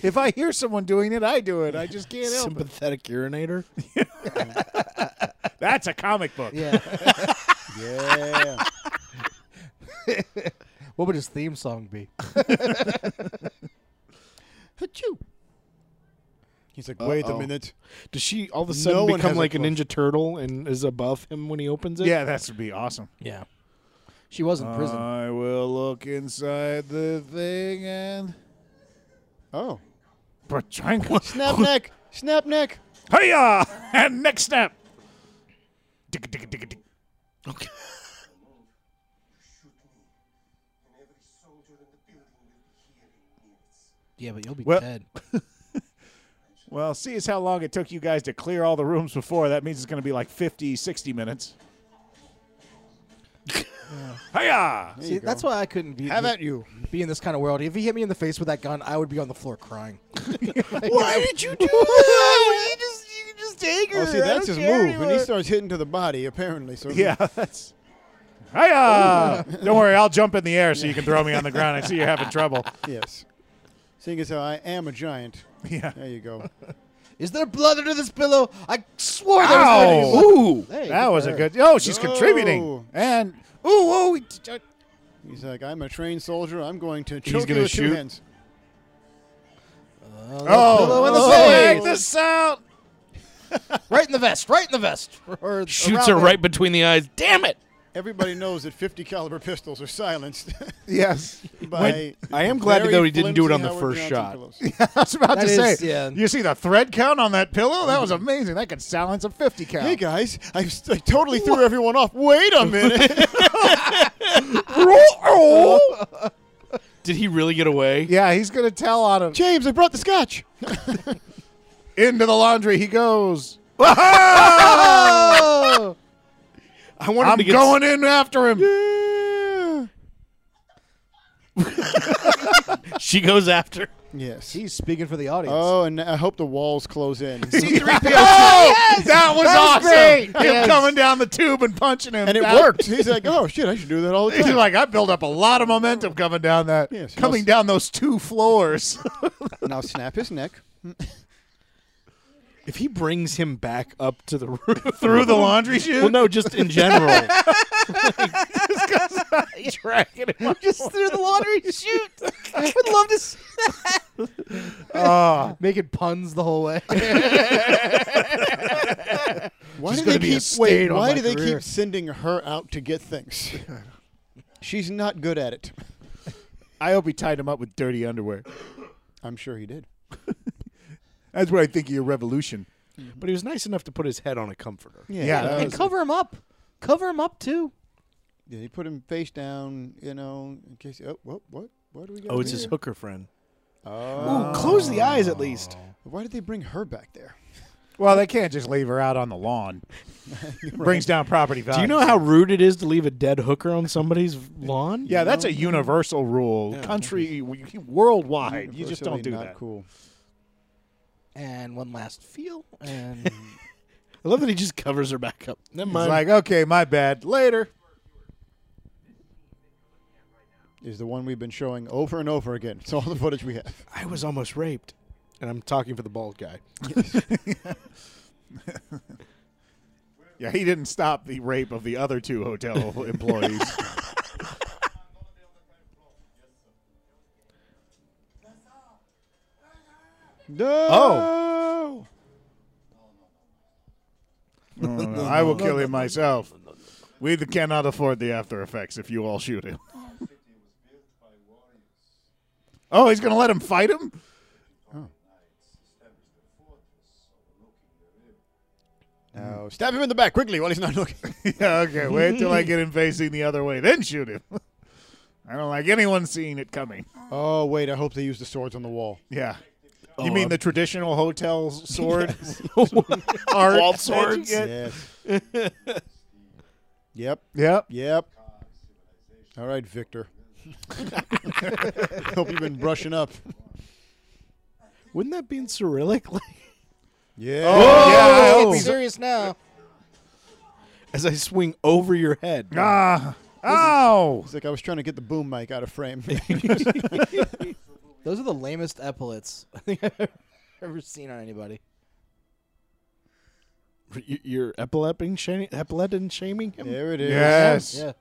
If I hear someone doing it, I do it. I just can't help it. Sympathetic urinator. That's a comic book. Yeah. Yeah. what would his theme song be? Achoo. He's like, wait a Uh-oh. minute. Does she all of a sudden one has become a like a question. Ninja Turtle and is above him when he opens it? Yeah, that would be awesome. Yeah. She was in prison. Uh, I will look inside the thing and. Oh. Pachanko. Snap neck. Snap neck. Hiya! And next snap. Digga, digga, digga, digga. Okay. Shoot me, and every soldier in the building will be here in minutes. Yeah, but you'll be Well- dead. Well, see as how long it took you guys to clear all the rooms before. That means it's going to be like 50, 60 minutes. Hiya! you See, that's why I couldn't be Have at you. be in this kind of world. If he hit me in the face with that gun, I would be on the floor crying. Why did you do that? you just you can just take Oh, see, that's his move, and he starts hitting to the body apparently. So Yeah, that's. Hiya! Don't worry, I'll jump in the air so you can throw me on the ground. I see you're having trouble. yes. Seeing as how I am a giant, Yeah. there you go. Is there blood under this pillow? I swore there was Ow! blood. Ooh. Hey, That good was for a her. good. Oh, she's contributing. No. And. Ooh, ooh. we- He's like, I'm a trained soldier. I'm going to choke you gonna with two shoot? hands. Oh, in the check face. this out. Right in the vest. Right in the vest. Or Shoots around her the- right between the eyes. Damn it. Everybody knows that 50 caliber pistols are silenced Yes. by. I am glad very though he didn't do it flimsy on the Howard first shot. Johnson pillows. I was about That to is- say, yeah. you see the thread count on that pillow? That was amazing. That could silence a 50 count. Hey guys, I, I totally threw everyone off. Wait a minute. Oh, Oh. Did he really get away? yeah, he's going to tell on him. James, I brought the scotch. Into the laundry he goes. I wanted I'm to get going in after him. She goes after. Yes. He's speaking for the audience. Oh, and I hope the walls close in. Oh, that was That was awesome. great. Him coming down the tube and punching him. and it That- worked. He's like, oh shit, I should do that all the He's time. like, I built up a lot of momentum coming down that, Yes. coming down those two floors. and I'll snap his neck. If he brings him back up to the roof through the laundry chute. Well, no, just in general. just threw the laundry chute. I would love to see that. Making puns the whole way. Why do gonna they be a keep stain wait? on Why my do they career. keep sending her out to get things? She's not good at it. I hope he tied him up with dirty underwear. I'm sure he did. That's what I think of your revolution. but he was nice enough to put his head on a comforter. Yeah. that and was- cover him up. Cover him up too. yeah, he put him face down. You know, in case. Oh, what? What? What do we? got Oh, it's his here? hooker friend. Oh, Close the eyes at least. why did they bring her back there? Well, they can't just leave her out on the lawn. Brings down property value. Do you know how rude it is to leave a dead hooker on somebody's lawn? Yeah, that's a universal rule, country w- worldwide. You just Unfortunately, don't do not that. Cool. And one last feel. And I love that he just covers her back up. Never It's mind. like, okay, my bad. Later. Is the one we've been showing over and over again. It's all the footage we have. I was almost raped. And I'm talking for the bald guy. Yeah, he didn't stop the rape of the other two hotel employees. No. Oh. no, I will kill him myself. We th- cannot afford the after effects if you all shoot him. Oh, he's going to let him fight him? No. Stab him in the back quickly while he's not looking. yeah, okay. Wait till I get him facing the other way, then shoot him. I don't like anyone seeing it coming. oh wait, I hope they use the swords on the wall. Yeah. you mean Oh, I'm- the traditional hotel sword? Art that you swords? get? Yes. yep. Yep. Yep. All right, Victor. Hope you've been brushing up. Wouldn't that be in Cyrillic? Like, Yeah. Yeah, I hope be he's- Oh, serious now. as I swing over your head. Ah. Ow. It's like I was trying to get the boom mic out of frame. Those are the lamest epaulets I think I've ever seen on anybody. You- You're epileptic shaming, epileptic shaming him? there it is. Yes. Yeah.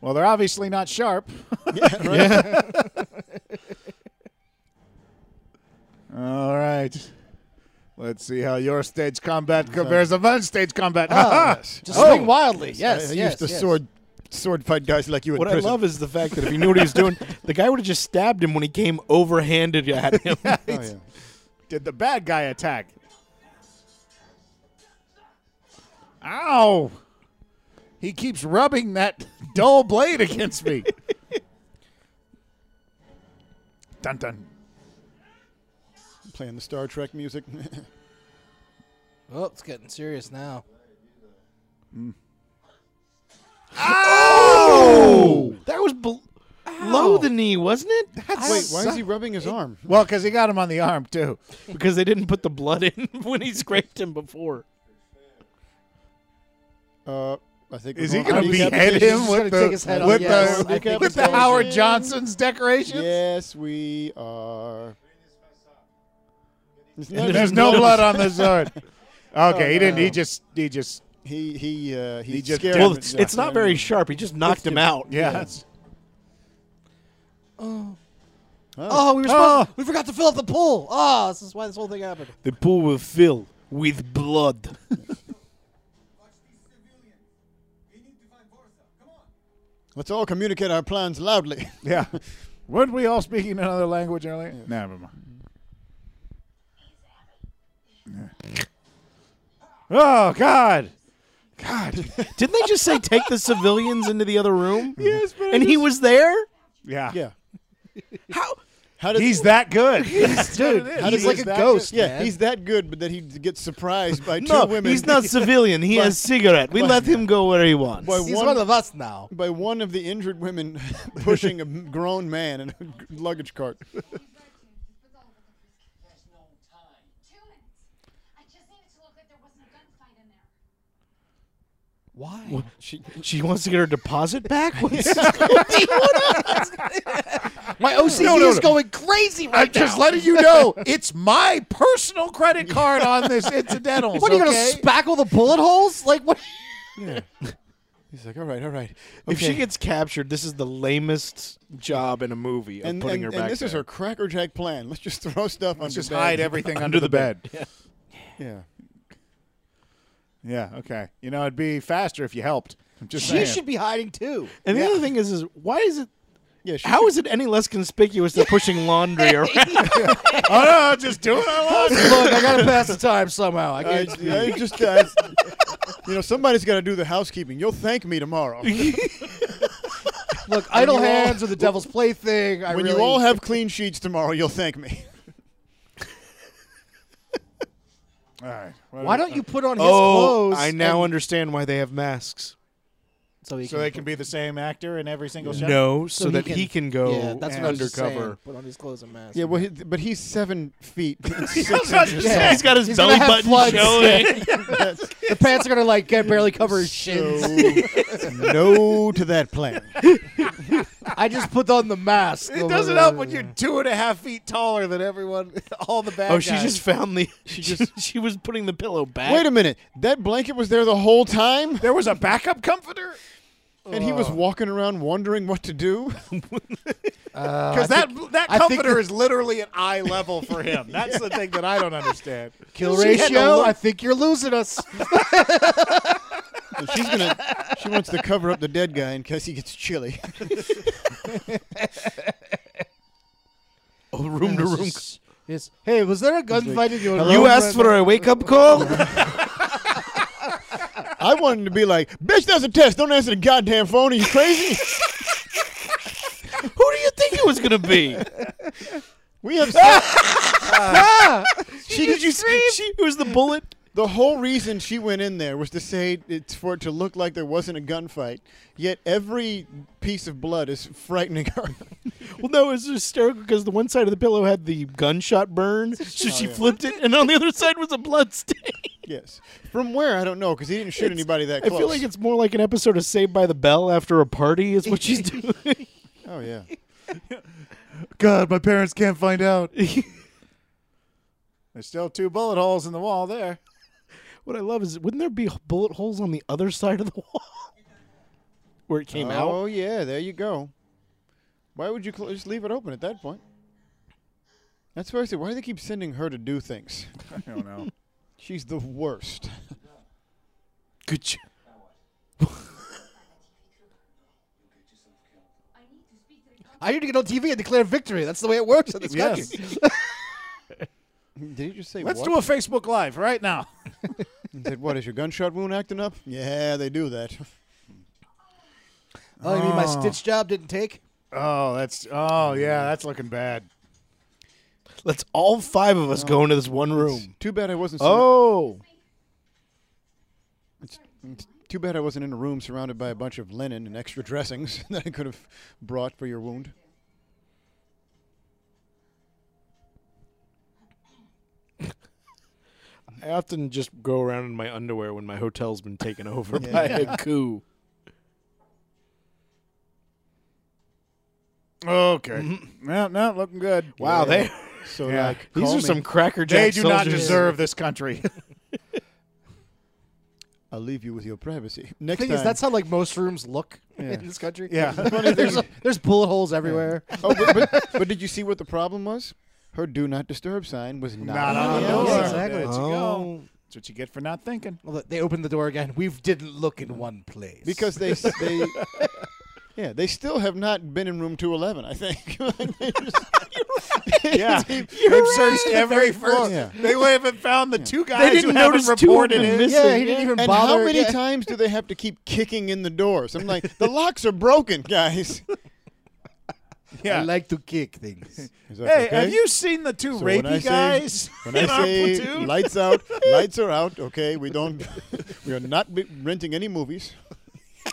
Well, they're obviously not sharp. Yeah, right? All right. Let's see how your stage combat compares to my stage combat. Ha ha. Just Oh! swing wildly. Yes. I yes, used the yes. sword sword fight guys like you in What I prison. love is the fact that if he knew what he was doing, the guy would have just stabbed him when he came overhanded at him. oh, yeah. Did the bad guy attack? Ow! He keeps rubbing that dull blade against me. dun dun. Playing the Star Trek music. Oh, it's getting serious now. that was bel low the knee, wasn't it? Wait, why is he rubbing his arm? Well, because he got him on the arm too. because they didn't put the blood in when he scraped him before. Uh, I think Is we're he going going to handicap behead position. him with gonna the take his head off, with yes. the, I think with the so. Howard Johnson's decorations? Yes, we are. It's not- There's no blood on the sword. Oh, Okay, he didn't. He just he just He he uh, he, He just- scared Yeah, well, him. it's, it's not very sharp. He just knocked him out. yeah. Oh, we were Oh. supposed we forgot to fill up the pool. Oh, this is why this whole thing happened. The pool will fill with blood. Let's all communicate our plans loudly. Yeah. Weren't we all speaking another language earlier? Never mind. Oh God! God! Didn't they just say take the civilians into the other room? yes, but and he was there? yeah, yeah. How How did He's that good. Dude, How He's does- he's like is a that ghost. Good. Yeah, man. he's that good, but then he gets surprised by two No, women. he's not civilian. He has cigarette. We let him go where he wants. By He's one- one, of us now. by one of the injured women pushing a grown man in a luggage cart. There's no time. Two minutes. I just needed to look like there wasn't a gunfight in there. Why? She wants to get her deposit back. What's- My OCD No, no, is no. going crazy right I'm just now. letting you know it's my personal credit card on this incidentals. What are you okay? gonna spackle the bullet holes? Like what? He's like, all right, all right. If she Okay. gets captured, this is the lamest job in a movie of and, putting and, her and back. this is there. her crackerjack plan. Let's just throw stuff under Let's just bed. hide everything under the bed. Yeah. Yeah, okay. You know, it'd be faster if you helped. I'm just She saying. should be hiding too. And the other thing is, is why is it? Yeah. She How is it any less conspicuous than pushing laundry around? oh no, just do it. I love it. Look, I gotta pass the time somehow. I I, can't. I just, I, you know, somebody's got to do the housekeeping. You'll thank me tomorrow. when Look, idle you all- hands or the devil's plaything. I you really- all have clean sheets tomorrow, you'll thank me. All right. Well, Why don't you put on his oh, clothes? I now and- understand why they have masks. so he So they can be the same actor in every single shot. No, so, that he can, go Yeah, that's what I was just saying. undercover. Put on his clothes and mask. Yeah, well, he, but he's seven feet. and I six was about to inches. say, Yeah. He's got his He's gonna belly have button plugs. showing. the pants are gonna like get- barely cover his shins. So, no to that plan. I just put on the mask. It doesn't help when you're two and a half feet taller than everyone, all the bad Oh, she guys. just found the. She just. she was putting the pillow back. Wait a minute. That blanket was there the whole time, There was a backup comforter? and he was Uh. walking around wondering what to do. Uh, Because that that I think comforter is literally at eye level for him. That's the thing that I don't understand. Kill She had to ratio. look. I think you're losing us. So she's gonna. She wants to cover up the dead guy in case he gets chilly. Oh, room to room. Yes. Hey, was there a gunfight in your You asked for a wake up call. I wanted to be like, bitch, that's a test. Don't answer the goddamn phone. Are you crazy? Who do you think it was gonna be? We have said- she did you see? She it was the bullet. the whole reason she went in there was to say it's for it to look like there wasn't a gunfight. Yet every piece of blood is frightening her. Well, no, it was hysterical because the one side of the pillow had the gunshot burn, so she flipped it, and on the other side was a blood stain. yes. From where I don't know because he didn't shoot anybody that I close. feel like it's more like an episode of Saved by the Bell after a party is what she's doing. oh yeah. God, my parents can't find out. There's still two bullet holes in the wall there. what I love is wouldn't there be bullet holes on the other side of the wall where it came out? Oh yeah, there you go. Why would you cl- just leave it open at that point? That's why I said, why do they keep sending her to do things? I don't know. She's the worst. Good. j- I need to speak to the I need to get on TV and declare victory. That's the way it works in this Yes. country. Did you just say Let's what? do a Facebook Live right now. He said, what is your gunshot wound acting up? Yeah, they do that. Oh, you mean my stitch job didn't take? Oh, that's oh yeah, that's looking bad. Let's all five of us go into this one room. Too bad I wasn't. surra- Oh, Too bad I wasn't in a room surrounded by a bunch of linen and extra dressings that I could have brought for your wound. I often just go around in my underwear when my hotel's been taken over by a coup. Okay. Mm-hmm. No, no, looking good. Wow, they So Yeah. like, these call are me. some cracker They jack do not soldiers. deserve this country. I'll leave you with your privacy. Next Thing time. is, that's how like most rooms look Yeah. in this country. yeah. there's there's bullet holes everywhere. oh, but, but, but did you see what the problem was? Her do not disturb sign was not, Not on. on Yeah, the door. exactly. There you go. Oh. That's what you get for not thinking. Well, they opened the door again. We didn't look in one place because they they yeah they still have not been in room 211 i think Yeah, they've searched every first. Yeah. They haven't found the two guys didn't who haven't notice two of reported them it. missing. yeah, he didn't even and bother. how many yeah. times do they have to keep kicking in the doors i'm like the locks are broken guys Yeah. I like to kick things. Is that Hey, okay? have you seen the two So when I rapey say- guys When in I our say platoon? lights out, lights are out. Okay, we don't, we are not be- renting any movies.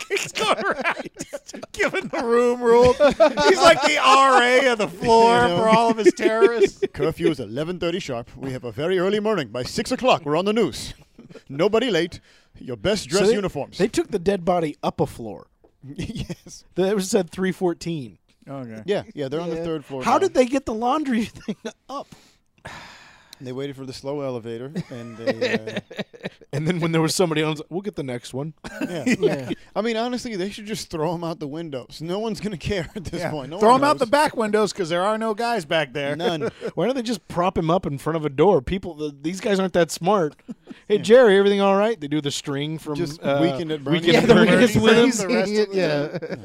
He's going right, giving the room rule. He's like the RA of the floor for all of his terrorists. Curfew is eleven thirty sharp. We have a very early morning. By six o'clock, we're on the news. Nobody late. Your best dress So they- uniforms. They took the dead body up a floor. yes. They was said 314. Okay. Yeah, yeah. They're on the third floor. How now. did they get the laundry thing up? They waited for the slow elevator, and they. Uh, And then when there was somebody else, we'll get the next one. yeah. I mean, honestly, they should just throw them out the windows. No one's gonna care at this Yeah. point. No Throw one him out the knows. back windows because there are no guys back there. None. Why don't they just prop him up in front of a door? People, the, these guys aren't that smart. Hey Jerry, everything all right? They do the string from Just uh, Weekend at Bernie's. Weekend Yeah, at the Bernie's Weekend at with him. the rest of the yeah. TV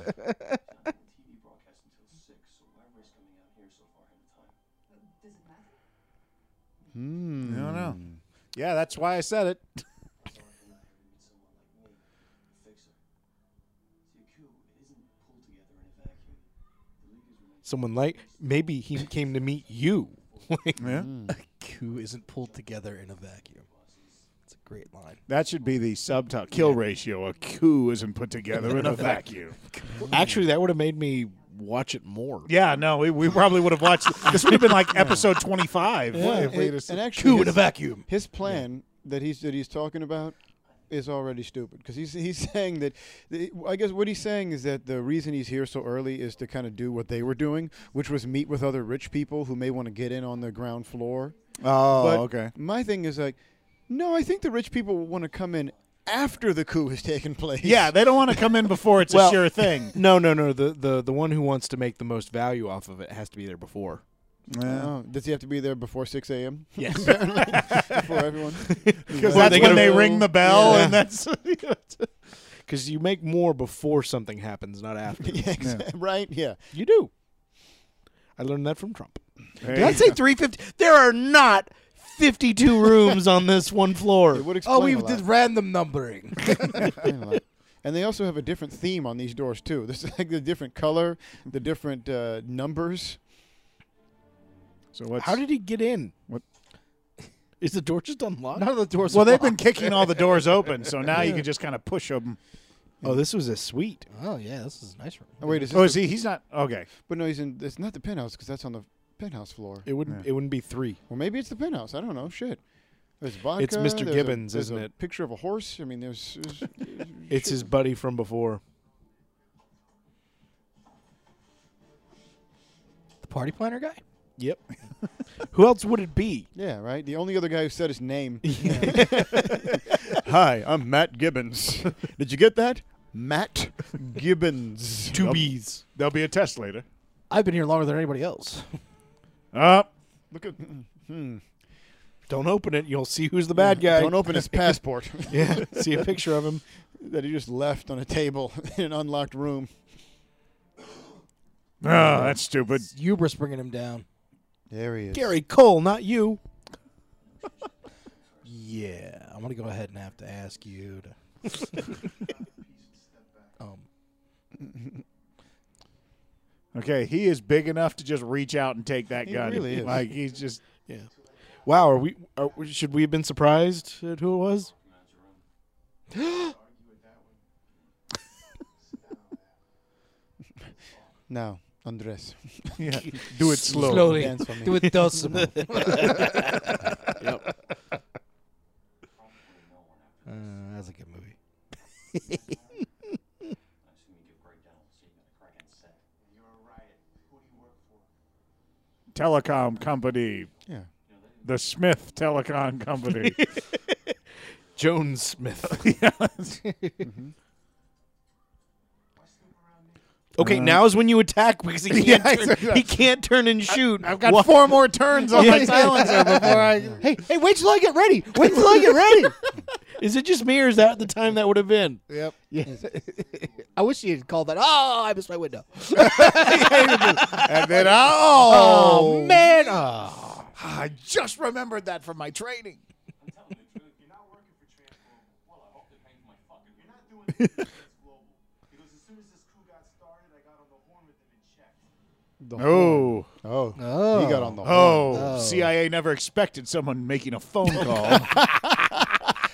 broadcast until 6, so whatever's coming out here so far ahead of time. Does it matter? I don't know. Hmm. Yeah, that's why I said it. Someone like maybe he came to meet you. Like, Coup isn't pulled together in a vacuum. It's a great line. That should be the subtitle. Kill ratio. A coup isn't put together in a vacuum. Actually, that would have made me watch it more. Yeah, no, we, we probably would have watched. This would have been like episode 25. if we'd have And, seen- and actually, Coup in a his- vacuum. his plan that he's that he's talking about is already stupid because he's he's saying that the, I guess what he's saying is that the reason he's here so early is to kind of do what they were doing, which was meet with other rich people who may want to get in on the ground floor. oh, but okay. My thing is like, no, I think the rich people will want to come in after the coup has taken place. Yeah, they don't want to come in before it's Well- a sure thing. No, no, no. The, the the one who wants to make the most value off of it has to be there before. Oh, does he have to be there before six a.m. Yes. before everyone? Because that's Well, they when gotta- they ring the bell, Yeah. and that's Because you make more before something happens, not after. yeah, exa- Right. Yeah. you do. I learned that from Trump. Did Hey. I say 350? There are not 52 rooms on this one floor. It would explain Oh, we a lot. did random numbering. Explain a lot. And they also have a different theme on these doors too. This is like the different color, the different uh, numbers. So what's, How did he get in? What? Is the door just unlocked? None of the doors. well, are they've been locked. kicking all the doors open, so now you can just kind of push them. Oh, this was a suite. oh yeah, this is a nice room. Oh, wait, is this Oh, the- is he? He's not. Okay. But no, he's in. It's not the penthouse because that's on the penthouse floor. It wouldn't. It wouldn't be three. Or maybe it's the penthouse. I don't know. Shit. There's vodka. Mr. there's a- Gibbons, there's isn't a it? Picture of a horse. I mean, there's. there's- It's his buddy from before. The party planner guy. Yep. Who else would it be? yeah, right. The only other guy who said his name. Hi, I'm Matt Gibbons. Did you get that? Matt Gibbons. Two B's. There'll be a test later. I've been here longer than anybody else. Oh, Look at. hmm. Don't open it. You'll see who's the bad guy. Don't open his passport. yeah. See a picture of him. that he just left on a table in an unlocked room. oh that's stupid. It's hubris bringing him down. There he is. Gary Cole, not you. Yeah, I'm gonna go ahead and have to ask you to. um, Okay, he is big enough to just reach out and take that He gun. really is. Like he's just. Yeah. Wow. Are we? Are, we- should we have been surprised at who it was? Now, undress. Yeah. Do it slow. slowly Dance for me. do it dulcimer. Yep. Uh, that's a good movie. Telecom company. Yeah. The Smith Telecom Company. Jones Smith. Mm-hmm. Okay, now is when you attack because he can't, turn, he can't turn and shoot. I've got four more turns on my Yeah. silencer before I. Hey, hey, wait till I get ready. Wait till I get ready. Is it just me or is that the time that would have been? Yep. I wish you had called that. Oh, I missed my window. And then, oh, Ah, man. Oh. I just remembered that from my training. I'm telling you the truth, you're not working for Transglobal. Well, I hope they're paying for my fucking. You're not doing this for Transglobal. Because as soon as this crew got started, I got on the horn with them and checked. the horn. Oh, Oh, Oh. he got on the horn. oh, CIA never expected someone making a phone call.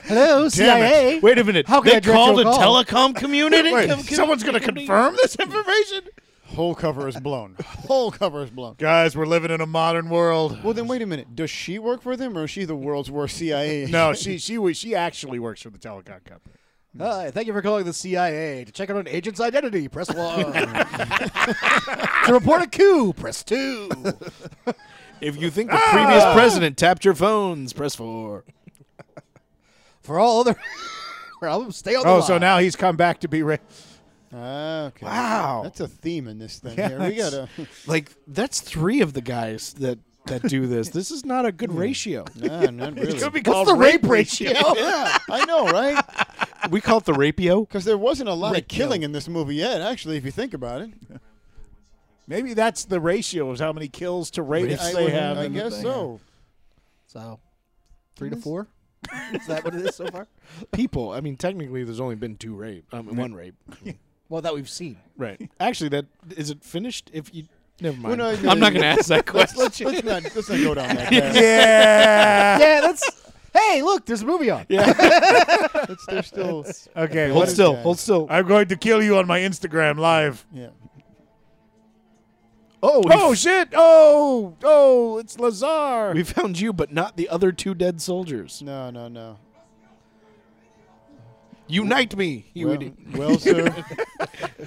Hello, CIA. Wait a minute. How can they I direct called your a call? telecom community? Wait, someone's going to confirm this information? Whole cover is blown. Whole cover is blown. Guys, we're living in a modern world. Well, then wait a minute. Does she work for them, or is she the world's worst CIA? No, she she was she actually works for the telecom company. Hi, Uh, thank you for calling the CIA. To check out an agent's identity, press one. to report a coup, press two. If you think the previous president tapped your phones, press four. For all other problems, stay on the Oh, line. so now he's come back to be Ray. Ah, okay. Wow. That's a theme in this thing. Yeah, here. We gotta. Like that's three of the guys that that do this. This is not a good ratio. Nah, ah, not really. Oh, What's the rape ratio? yeah, I know, right? We call it the rapio. Because there wasn't a lot of killing in this movie yet. Actually, if you think about it, Maybe that's the ratio of how many kills to rapes I, they would- have. I in the guess thing. so. So, three to four? is that what it is so far? People. I mean, technically, there's only been two rape. Um, one rape. Well, that we've seen. Right. Actually, that is it finished? If you never mind. no, no, I'm not no. going to ask that Let's, question. let's, let's not let's not go down that path. Yeah. Yeah, that's. Hey, look, there's a movie on. Yeah. It's- They're still. Okay. hold what is- still. that? Hold still. I'm going to kill you on my Instagram live. Yeah. oh, we, Oh shit! Oh, oh, it's Lazar. we found you, but not the other two dead soldiers. No, no, no. Unite me, you Well, idiot. well, sir.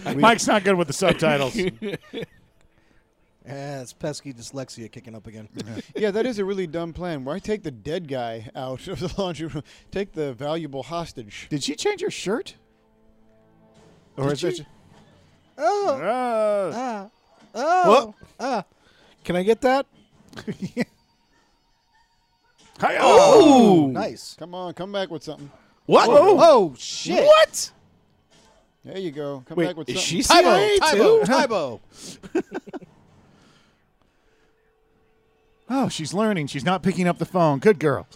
we- Mike's not good with the subtitles. Uh, it's pesky dyslexia kicking up again. Yeah, that is a really dumb plan. Why take the dead guy out of the laundry room? Take the valuable hostage. Did she change her shirt? Or is it? oh, Uh, ah, oh, Well, ah. Can I get that? hi- Oh, Nice. Come on, come back with something. What? Oh, oh, shit. What? There you go. Come Wait, back with is something. she CIA Tybo, Tybo, too? Tybo. Oh, she's learning. She's not picking up the phone. Good girl.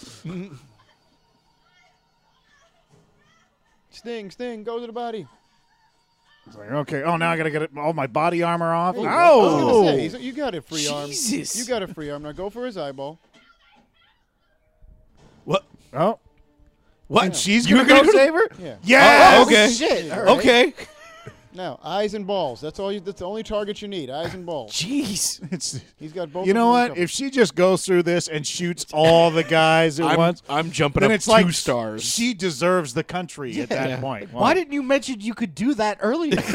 Sting, Sting, go to the body. It's like, okay. Oh, now I gotta get it- all my body armor off. Oh. There you go. I was Ow! gonna say, he's- you got a free Jesus. arm. You got a free arm. Now go for his eyeball. What? Oh. What? And she's You gonna, were gonna go do- save her. Yeah. Yes! Oh, okay. Shit. all right. Okay. Now eyes and balls. That's all. You, that's the only target you need. Eyes and balls. Jeez. It's, He's got both. you of know them what? covered. If she just goes through this and shoots all the guys at I'm, once, I'm jumping then up it's two like stars. She deserves the country at that point. Why didn't you mention you could do that earlier? Like,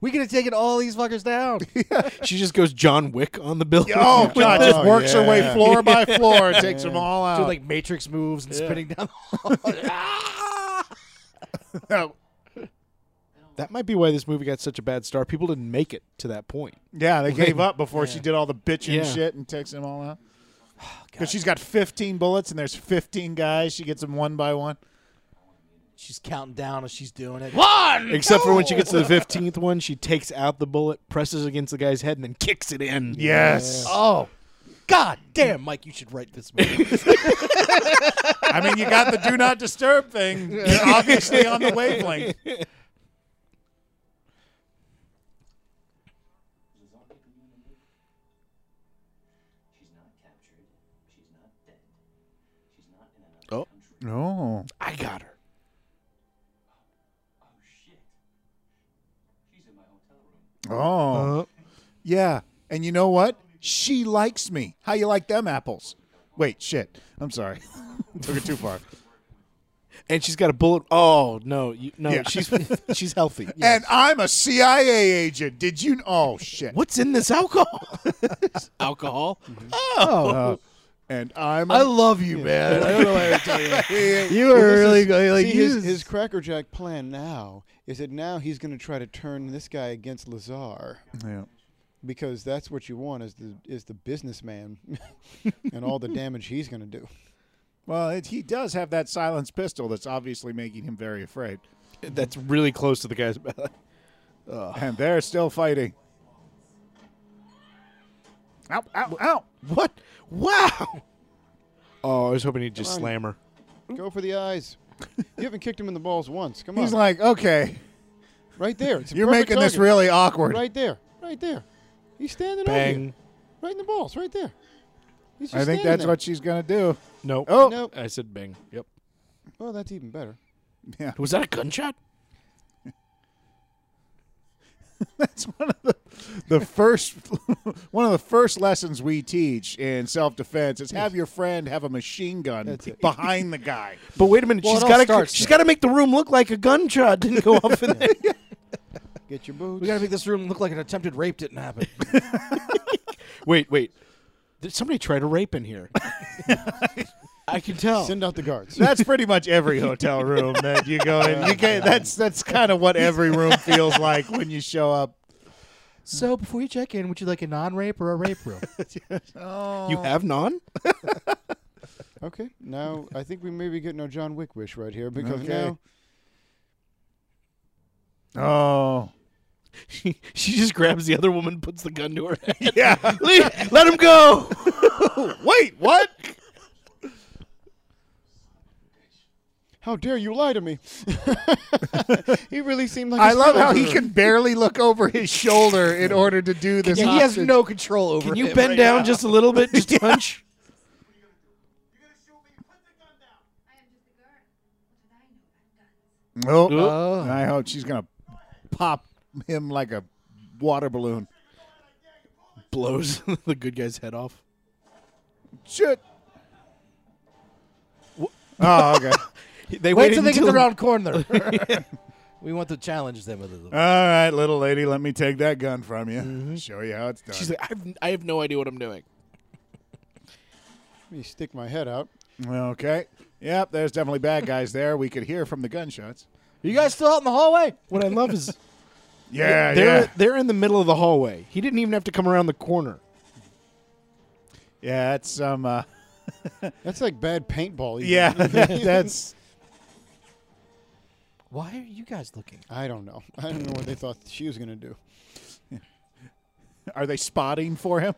we could have taken all these fuckers down. she just goes John Wick on the building. Oh God! Just Oh, works her way yeah. floor by floor, takes them all out. Doing like matrix moves and spinning down. Oh, That might be why this movie got such a bad star. People didn't make it to that point. yeah, they gave up before she did all the bitching Yeah. shit and takes them all out. Because she's got 15 bullets and there's 15 guys. She gets them one by one. she's counting down as she's doing it. One. Except for when she gets to the fifteenth one, she takes out the bullet, presses against the guy's head, and then kicks it in. Yes. Oh, god damn, Mike, you should write this movie. I mean, you got the do not disturb thing. They're obviously on the wavelength. She's not captured. She's not dead. She's not in another Oh. country. No. I got her. Oh shit. She's in my hotel room. Oh. Uh, Yeah. And you know what? She likes me. How you like them apples? Wait, shit. I'm sorry. Took it too far. and she's got a bullet. Oh no, you, no, Yeah. she's she's healthy. And I'm a CIA agent. Did you? Oh shit. What's in this alcohol? alcohol. Uh, and I'm. I a- love you, man. I don't know why I tell you. that. You Well, were this really is- good. Like see, you his, just- his crackerjack plan now is that now he's going to try to turn this guy against Lazar Yeah. because that's what you want is the is the businessman and all the damage he's going to do. Uh, Well, it, he does have that silenced pistol that's obviously making him very afraid. That's really close to the guy's belly. And they're still fighting. Ow, ow, ow. What? Wow. Oh, I was hoping he'd just Come on. slam her. Go for the eyes. You haven't kicked him in the balls once. Come on. He's like, okay. Right there. It's a You're perfect making this target. really awkward. Right there. Right there. He's standing over you. Bang. Right in the balls. Right there. He's just I think standing that's there. what she's gonna do. Nope. Oh. Nope. I said bang. Yep. Well, that's even better. Yeah, Was that a gunshot? that's one of the the first one of the first lessons we teach in self defense is have your friend have a machine gun behind the guy. But wait a minute. Well, it she's all got to. starts She's there. got to make the room look like a gunshot didn't go off in there. Get your boots. We got to make this room look like an attempted rape didn't happen. wait, wait. Did somebody try to rape in here? I can tell. Send out the guards. That's pretty much every hotel room that you go in. You can, that's that's kind of what every room feels like when you show up. so before you check in, would you like a non-rape or a rape room? you have none. Okay. Now I think we may be getting our John Wick wish right here because Okay. now Oh, She, she just grabs the other woman, puts the gun to her head. yeah. Leave- let him go. Wait, what? how dare you lie to me? he really seemed like a I love how he scoundrel. can barely look over his shoulder in order to do this. he has hostage- no control over. Can you him bend right down now. just a little bit? Just a hunch. I am just a girl. What did I know about guns? Oh, Oh. I hope she's gonna pop him like a water balloon. Blows the good guy's head off. Shit. Oh, okay. They Wait waited till they get until- around corner. we want to challenge them a little. All right, little lady, let me take that gun from you. Show you how it's done. She's like, I've, I have no idea what I'm doing. Let me stick my head out. okay. Yep, there's definitely bad guys there. We could hear from the gunshots. You guys still out in the hallway? What I love is Yeah, they're yeah. they're in the middle of the hallway. He didn't even have to come around the corner. Yeah, that's some. Uh, That's like bad paintball. even. yeah, that's. Why are you guys looking? I don't know. I don't know what they thought she was gonna do. Are they spotting for him?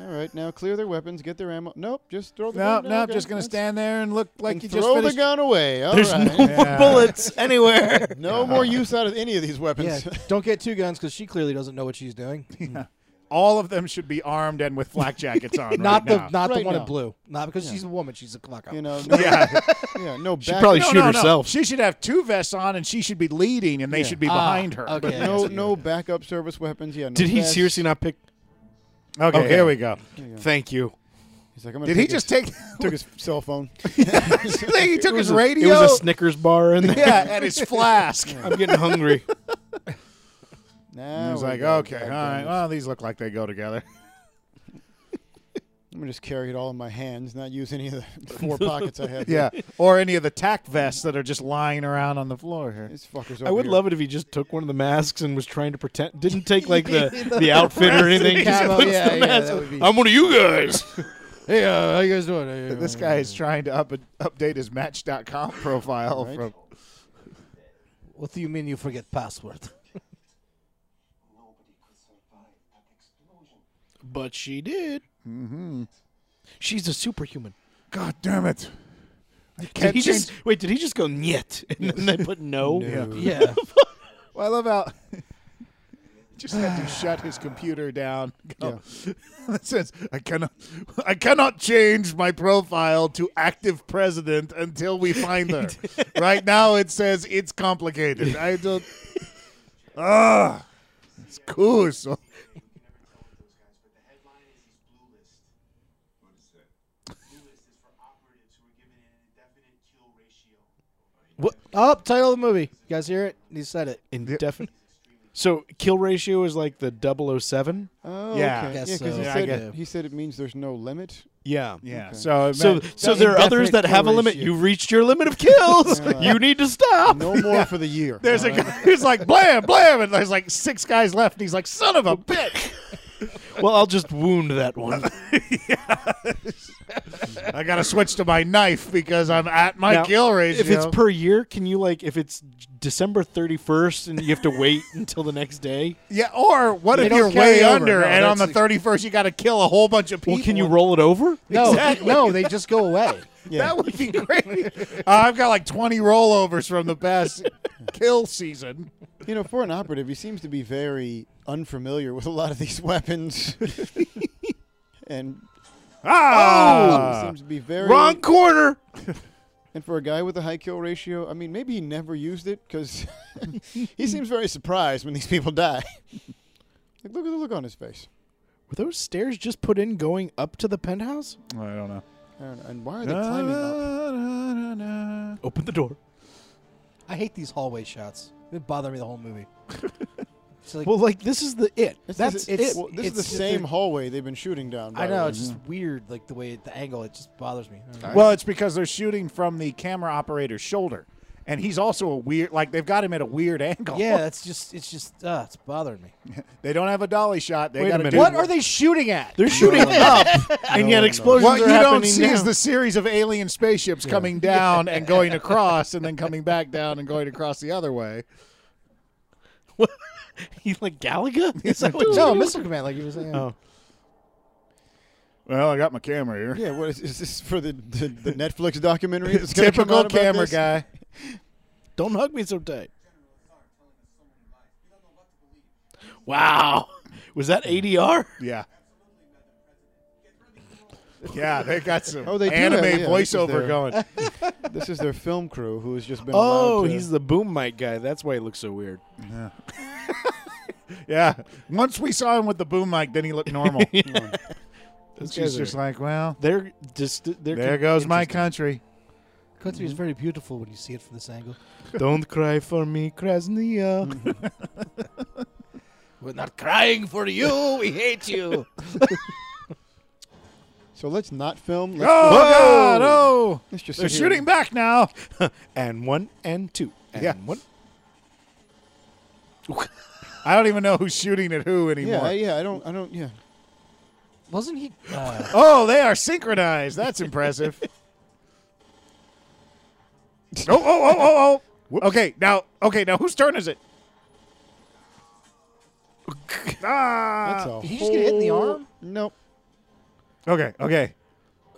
All right, now clear their weapons, get their ammo. Nope, just throw the No, gun. no, down, okay, just gonna that's- stand there and look like and you just throw finished. the gun away. All right. There's no Yeah. more bullets anywhere. no, more use out of any of these Yeah, weapons. don't get two guns because she clearly doesn't know what she's doing. All of them should be armed and with flak jackets on. not right the now. not the Right one in now. blue. Not because she's a woman. She's a clock you up. know, no, yeah, Yeah. no back. probably No, shoot no, no. herself. She should have two vests on, and she should be leading, and they should be behind her. Okay. no, no backup service weapons. Yeah. No Did he vests. seriously not pick? Okay, Okay. here we go. Thank you. He's like, I'm gonna Did he take just his- take? took his cell phone? he took his radio. It was a Snickers bar in there. yeah, and his flask. I'm getting hungry. Nah. I was we like, got okay, all back right. guns. Well, these look like they go together. I'm gonna just carry it all in my hands, not use any of the four pockets I have. Yeah, or any of the tack vests that are just lying around on the floor here. This fucker's over I would here. love it if he just took one of the masks and was trying to pretend. Didn't take like the the outfit or anything. Just camo, puts yeah, the yeah, mask that on. would be- I'm one of you guys. Hey, uh, how you guys doing? Hey, This uh, guy is trying to up update his Match.com profile Right. from. What do you mean you forget password? Nobody could survive that explosion. But she did. Mm-hmm. She's a superhuman. God damn it! I Did can't he change. just wait? Did he just go nyet and then they put no? yeah. Well, I love how. Just had to shut his computer down. Go. It says, I cannot, I cannot change my profile to active president until we find her. right now, it says it's complicated. I don't. Ah, it's cool. So Those guys, but the headline is he's blue list. What is that? Blue list is for operatives who are given an indefinite kill ratio. What Oh, title of the movie. You guys hear it? He said it. indefinite? So kill ratio is like the 007? Oh, Yeah. okay. I guess yeah, because so. he Yeah, I said guess- he said it means there's no limit. Yeah. yeah. Okay. So it So meant- so there are others that have a kill limit. ratio. You've reached your limit of kills. you need to stop. No more for the year. there's a guy who's like blam blam, and there's like six guys left, and he's like son of a bitch. Well, I'll just wound that one. I gotta switch to my knife because I'm at my Now, kill ratio. If it's per year, can you like if it's December 31st and you have to wait until the next day? Yeah, or what They if don't you're carry way over. under No, and on the that's- thirty first you got to kill a whole bunch of people? Well, can you roll it over? No, no, they just go away. That would be great. Uh, I've got like 20 rollovers from the past kill season. You know, for an operative, he seems to be very unfamiliar with a lot of these weapons. and Ah! seems to be very Wrong corner. And for a guy with a high kill ratio, I mean, maybe he never used it because he seems very surprised when these people die. like, look at the look on his face. Were those stairs just put in going up to the penthouse? I don't know. I don't know. And why are they climbing up? Open the door. I hate these hallway shots. They bother me the whole movie. It's like, Well, like this is the it. This That's is, it. well, this is the same hallway they've been shooting down. by I the know way. it's just weird, like the way the angle. It just bothers me. I don't know. Well, it's because they're shooting from the camera operator's shoulder. And he's also a weird, like, they've got him at a weird angle. Yeah, that's just it's just uh, it's bothering me. They don't have a dolly shot. They Wait a got minute. Do What are they shooting at? They're shooting up, and yet explosions What are you happening don't see now. is the series of alien spaceships coming down and going across and then coming back down and going across the other way. He's like Galaga. Is that what no, you- missile command, like you were saying. Oh. Well, I got my camera here. Yeah, what is, is this for the, the, the Netflix documentary? That's gonna come Typical out about camera this? guy. Don't hug me so tight. We don't know what to believe. Wow. Was that ADR? Yeah. Yeah, they got some Oh, they do anime have- yeah, this voiceover is their- going. This is their film crew who has just been. Oh, allowed to- he's the boom mic guy. That's why he looks so weird. Yeah. Once we saw him with the boom mic, then he looked normal. Those She's guys just are, like, well, they're just they're there goes my country. Country is very beautiful when you see it from this angle. Don't cry for me, Krasnia. We're not crying for you. We hate you. So let's not film. Oh, Let's, God, oh. let's just They're sit here and- shooting back now. and one and two and Yeah. one. I don't even know who's shooting at who anymore. Yeah, I, yeah. I don't. I don't. Yeah. Wasn't he? Uh, Oh, they are synchronized. That's impressive. oh, oh, oh, oh, oh. Okay, now, okay, now whose turn is it? That's ah. all. did he just get hit in the arm? Nope. Okay, okay.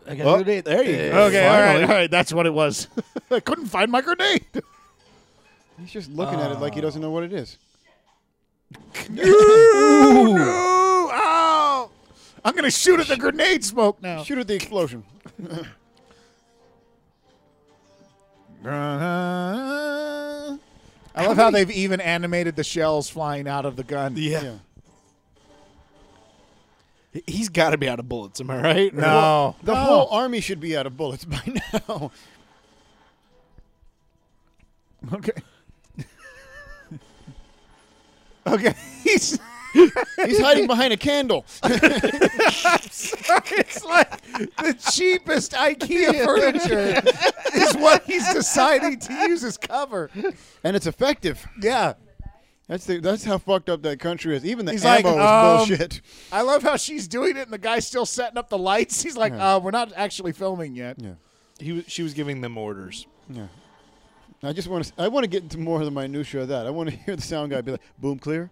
I Oh, gotta go to- there you go. Okay, all right, Finally. all right. That's what it was. I couldn't find my grenade. He's just looking at it Uh. like he doesn't know what it is. Ooh, no. Ow. I'm going to shoot at the grenade smoke now. Shoot at the explosion. I love how they've even animated the shells flying out of the gun. Yeah. Yeah. He's got to be out of bullets. Am I right? Or- No. The whole army should be out of bullets by now. Okay. okay. He's, He's hiding behind a candle. it's like the cheapest IKEA furniture is what he's deciding to use as cover. and it's effective. Yeah. That's the, that's how fucked up that country is. Even the He's like, ammo is um, bullshit. I love how she's doing it and the guy's still setting up the lights. He's like, Yeah. uh, we're not actually filming yet. Yeah, He was, she was giving them orders. yeah. I just want to. I want to get into more of the minutia of that. I want to hear the sound guy be like, "Boom clear,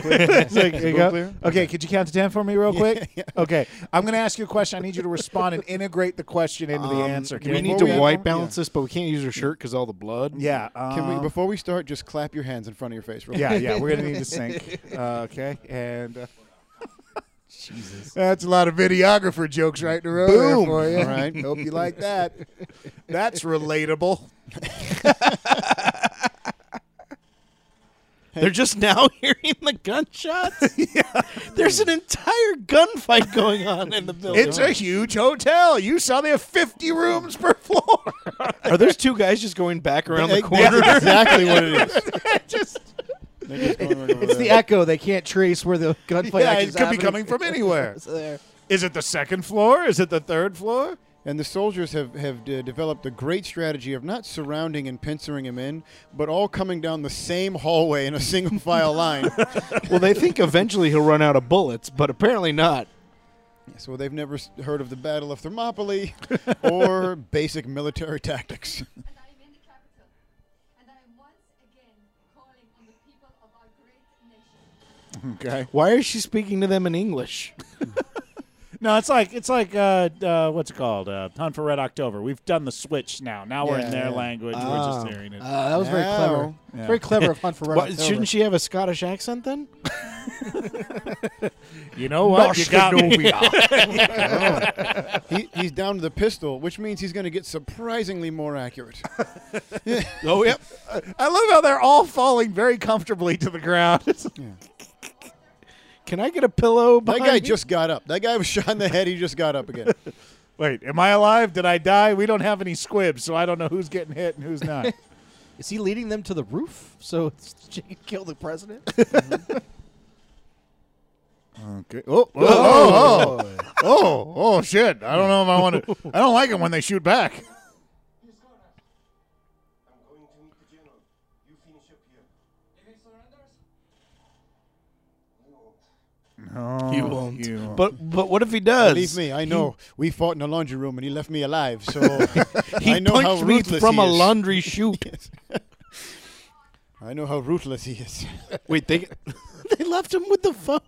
clear." Is it There you boom go. clear? Uh, Okay, could you count to 10 for me real quick? yeah. Okay. I'm going to ask you a question. I need you to respond and integrate the question into the Um, answer. we need before to we- white yeah. balance this, but we can't use her shirt because all the blood. Yeah. Um, Can we? Before we start, just clap your hands in front of your face. Real Yeah, quick. yeah, we're gonna need to sync. Uh, okay, and uh, Jesus, that's a lot of videographer jokes right in a row there Boom. for you. All right. hope you like that. That's relatable. They're just now hearing the gunshots. There's an entire gunfight going on in the building. It's a huge hotel. You saw they have fifty rooms per floor. Are those two guys just going back around the Egg- corner? That's exactly what it is. Just They're just going right over it's the there. echo. They can't trace where the gunfight yeah, actually it could be coming from anywhere. there. Is it the second floor? Is it the third floor? And the soldiers have, have de- developed a great strategy of not surrounding and pincering him in, but all coming down the same hallway in a single file line. well, they think eventually he'll run out of bullets, but apparently not. So they've never s- heard of the Battle of Thermopylae or basic military tactics. And I am in the capital. And I am once again calling on the people of our great nation. Okay. Why is she speaking to them in English? No, it's like it's like uh, uh, what's it called? Uh, Hunt for Red October. We've done the switch now. Now we're in Yeah, their yeah. Oh. language. Ah. We're just hearing it. Uh, that was very clever. Ow. Yeah. Very clever of Hunt for Red Why- October. shouldn't she have a Scottish accent then? you know what? You got me. He, he's down to the pistol, which means he's going to get surprisingly more accurate. Oh yep. I love how they're all falling very comfortably to the ground. It's- Can I get a pillow? That behind guy me? just got up. That guy was shot in the head. He just got up again. Wait, am I alive? Did I die? We don't have any squibs, so I don't know who's getting hit and who's not. Is he leading them to the roof so she can kill the president? okay. Oh, oh, oh, oh, oh, oh, shit! I don't know if I want to. I don't like it when they shoot back. He's got us. I'm going to meet the general. You finish up here. If he surrenders? No. No, You won't. you won't. But but what if he does? Believe me, I know. we fought in a laundry room, and he left me alive. So He I know punched how me ruthless from he a is. laundry chute. I know how ruthless he is. Wait, they they left him with the phones.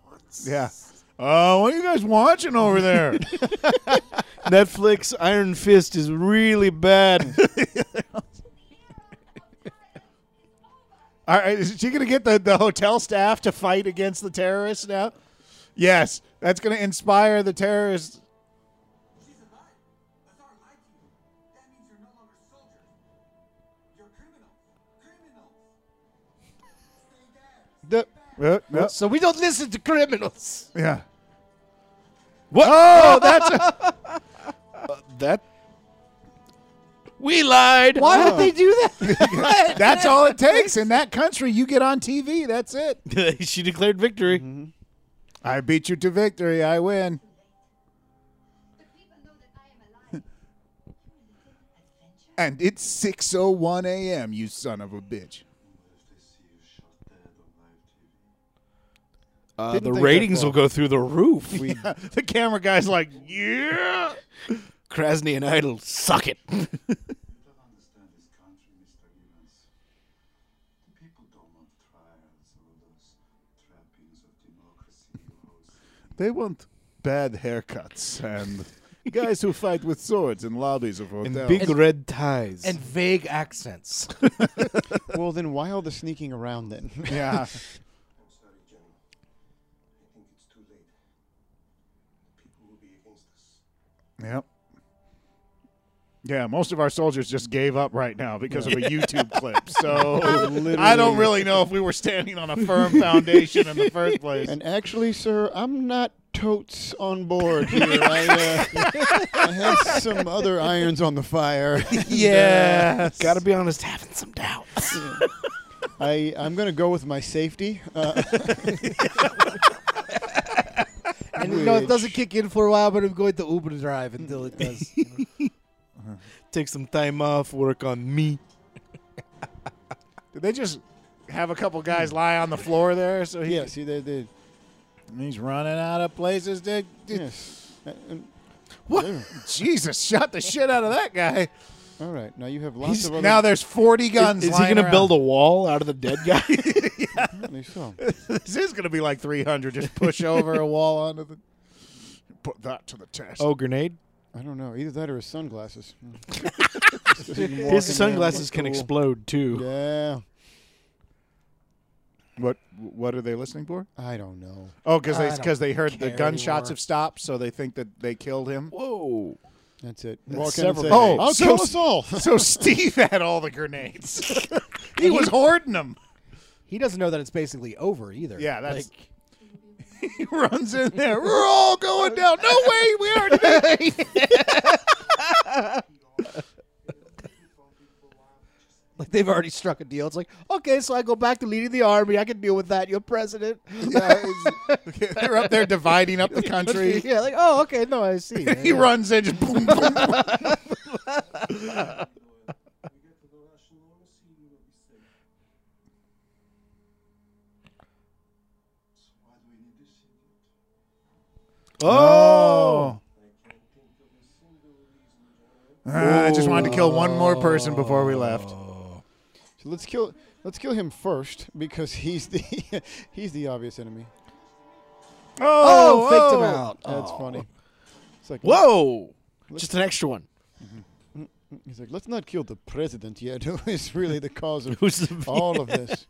yeah. Uh, what are you guys watching over there? Netflix Iron Fist is really bad. All right, is she going to get the, the hotel staff to fight against the terrorists now? Yes, that's going to inspire the terrorists. She's alive. Lazar lied to you. That means you're no longer soldiers. You're criminals. Criminals. Stay there. Uh, The- Oh. no, so we don't listen to criminals. yeah. What? Oh, that's that we lied. Why would they do that? that's all it takes in that country. You get on TV. That's it. she declared victory. Mm-hmm. I beat you to victory. I win. The people know that I am alive. And it's 6:01 a.m. You son of a bitch. Uh, Didn't the think that ratings far. will go through the roof. We, The camera guy's like, yeah. Krasny and Idol suck it. You don't understand this country, Mr. Givens. The people don't want trials or those trappings of democracy you hold. They want bad haircuts and guys who fight with swords in lobbies of hotels. red ties. and vague accents. well, then why all the sneaking around then? yeah. I'm sorry, General. I think it's too late. The people will be against us. Yep. Yeah, most of our soldiers just gave up right now because of a YouTube clip. So I don't really know if we were standing on a firm foundation in the first place. And actually, sir, I'm not totes on board here. I, uh, I have some other irons on the fire. yes. gotta be honest, having some doubts. I, I'm going to go with my safety. Uh, and you know, it Which- doesn't kick in for a while, but I'm going to Uber drive until it does. Take some time off, work on me. Did they just have a couple guys lie on the floor there? So he, yeah, see, they did. he's running out of places to. Yes. Uh, um, What? Jesus, shot the shit out of that guy. all right. Now you have lots of other. Now there's 40 guns. Is he lying gonna around. build a wall out of the dead guy? apparently so. This is going to be like 300. Just push over a wall onto the. Put that to the test. oh, grenade. I don't know. Either that or his sunglasses. His sunglasses can explode too. Yeah. What? What are they listening for? I don't know. Oh, because I they don't because they heard the care gunshots anymore. have stopped, so they think that they killed him. Whoa. That's it. Walk in and several say, Oh, I'll so- kill us all. so Steve had all the grenades. he was hoarding them. he doesn't know that it's basically over either. Yeah, that's. he runs in there. We're all going down. No way, we already. Did. like they've already struck a deal. It's like, okay, so I go back to leading the army. I can deal with that. You're president. They're up there dividing up the country. yeah, like, oh, okay, no, I see. He runs in. Just boom, boom, boom. We get to the Russian embassy, you will be safe. So why do we need this idiot? Oh. I can't think of a single reason, General. Ah, I just wanted to kill one more person before we left. So let's kill let's kill him first because he's the he's the obvious enemy. Oh, faked him out. That's Oh. funny. It's like Whoa! Just an extra one. He's like, let's not kill the president yet, who is really the cause of Who's the- all of this.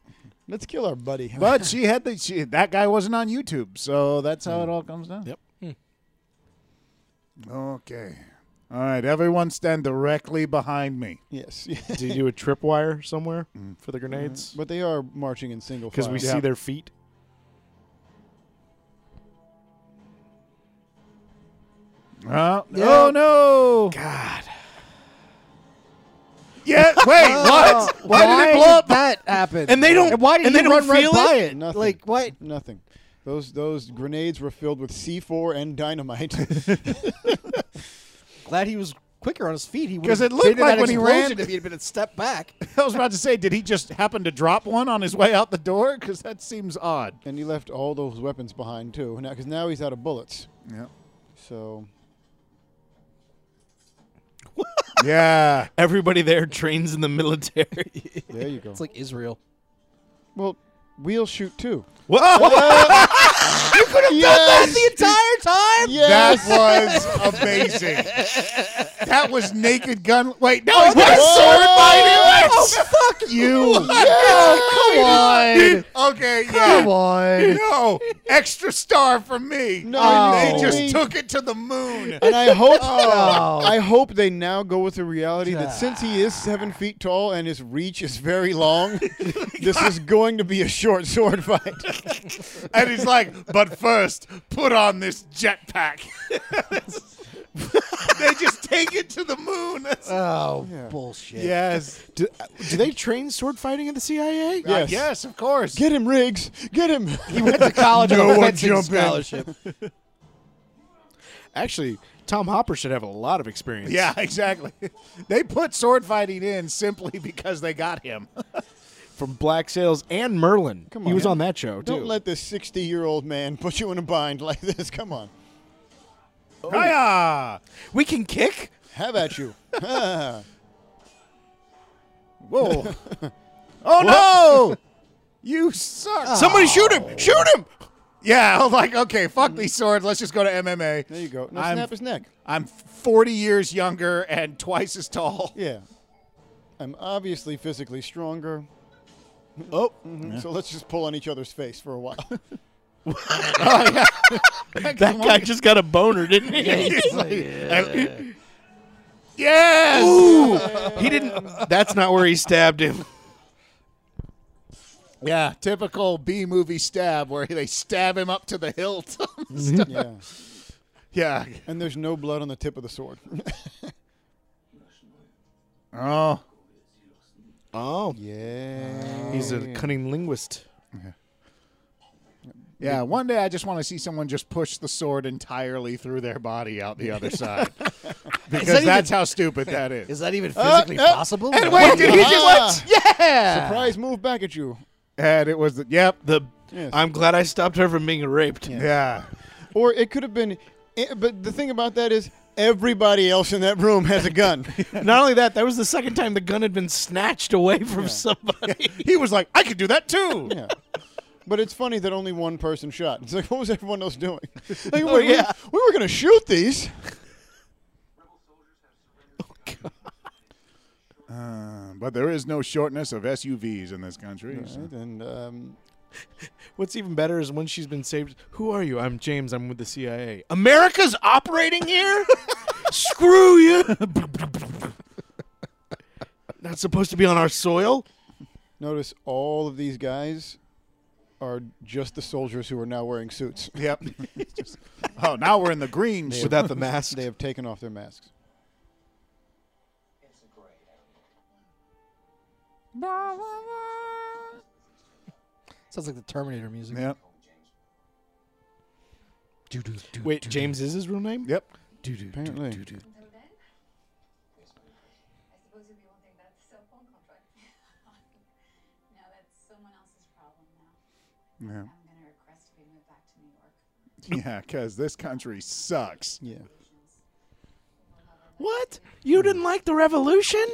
Let's kill our buddy. But she had the she, that guy wasn't on YouTube, so that's how it all comes down. Yep. Okay. All right, everyone stand directly behind me. yes, Did you do a tripwire somewhere Mm. for the Mm-hmm. grenades? but they are marching in single Because file. we see their feet. Oh, oh no! God. Yeah. Wait. Oh, what? Why, did it blow up? That happened. And they don't- why did and they you don't run right feel by it? it? Nothing. Like what? Nothing. Those those grenades were filled with C4 and dynamite. Glad he was quicker on his feet. He would 'Cause have it looked created like that when he explosion ran- if he had been a step back. I was about to say, did he just happen to drop one on his way out the door? Because that seems odd. and he left all those weapons behind too. Now, because now he's out of bullets. Yeah. So Yeah. Everybody there trains in the military. there you go. It's like Israel. well, we'll shoot too. Whoa! yes, The entire time. yes. That was amazing. that was Naked Gun. Wait, no, he's got a sword What? fight. Oh, Fuck you. Oh, Come Okay, on. Come yeah. on. No, extra star for me. No, they no. just took it to the moon. And I hope I hope they now go with the reality Ah. that since he is seven feet tall and his reach is very long, this is going to be a short sword fight. And he's like, but first, put on this jetpack. they just take it to the moon. That's- Oh bullshit. yes. do, do they train sword fighting in the CIA? Uh, Yes. yes, of course. Get him, Riggs. Get him. He went to college No on a one fencing jump in. scholarship. Actually, Tom Hopper should have a lot of experience. yeah, exactly. They put sword fighting in simply because they got him. From Black Sails and Merlin. Come He on. was on that show, too. Don't let this sixty-year-old man put you in a bind like this. Come on. Oh. Hiya! we can kick? Have at you. Ah. Whoa. oh, no! You suck. Somebody shoot him! Shoot him! Yeah, I'm like, okay, fuck these swords. Let's just go to MMA. There you go. No, I'm- snap his neck. I'm 40 years younger and twice as tall. Yeah. I'm obviously physically stronger. Oh, Mhm. So let's just pull on each other's face for a while. that guy just got a boner, didn't he? Yes! Ooh, he didn't. That's not where he stabbed him. Yeah, typical B movie stab where they stab him up to the hilt. yeah. yeah. And there's no blood on the tip of the sword. Oh. Oh, yeah. he's a cunning linguist. Yeah, one day I just want to see someone just push the sword entirely through their body out the other side. because that even- that's how stupid that is. Is that even physically uh, possible? and wait, did he do what? Ah. Yeah! Surprise move back at you. And it was, the, yep. The Yes. I'm glad I stopped her from being raped. Yeah. Or it could have been. eh, But the thing about that is, everybody else in that room has a gun. Not only that, that was the second time the gun had been snatched away from somebody. He was like, I could do that too. yeah. But it's funny that only one person shot. It's like, what was everyone else doing? Like, wait, we- yeah. we, were going to shoot these. Uh, but there is no shortness of SUVs in this country. so- Right? And um, What's even better is when she's been saved. Who are you? I'm James. I'm with the CIA. America's operating here. Screw you. Not supposed to be on our soil. notice all of these guys are just the soldiers who are now wearing suits. Yep. oh, now we're in the green. suit. Without the mask. They have taken off their masks. It's a great area. Sounds like the Terminator music. Yep. James. Do, do, do, Wait, do, James is his real name? Yep. do, do, do, Apparently. do, do. Until then, Yes, ma'am. I suppose you'll be wanting that cell phone contract. Now that's someone else's problem now. Yeah. I'm gonna request to be moved back to New York. Yeah, because this country sucks. Yeah. What? You didn't like the revolution?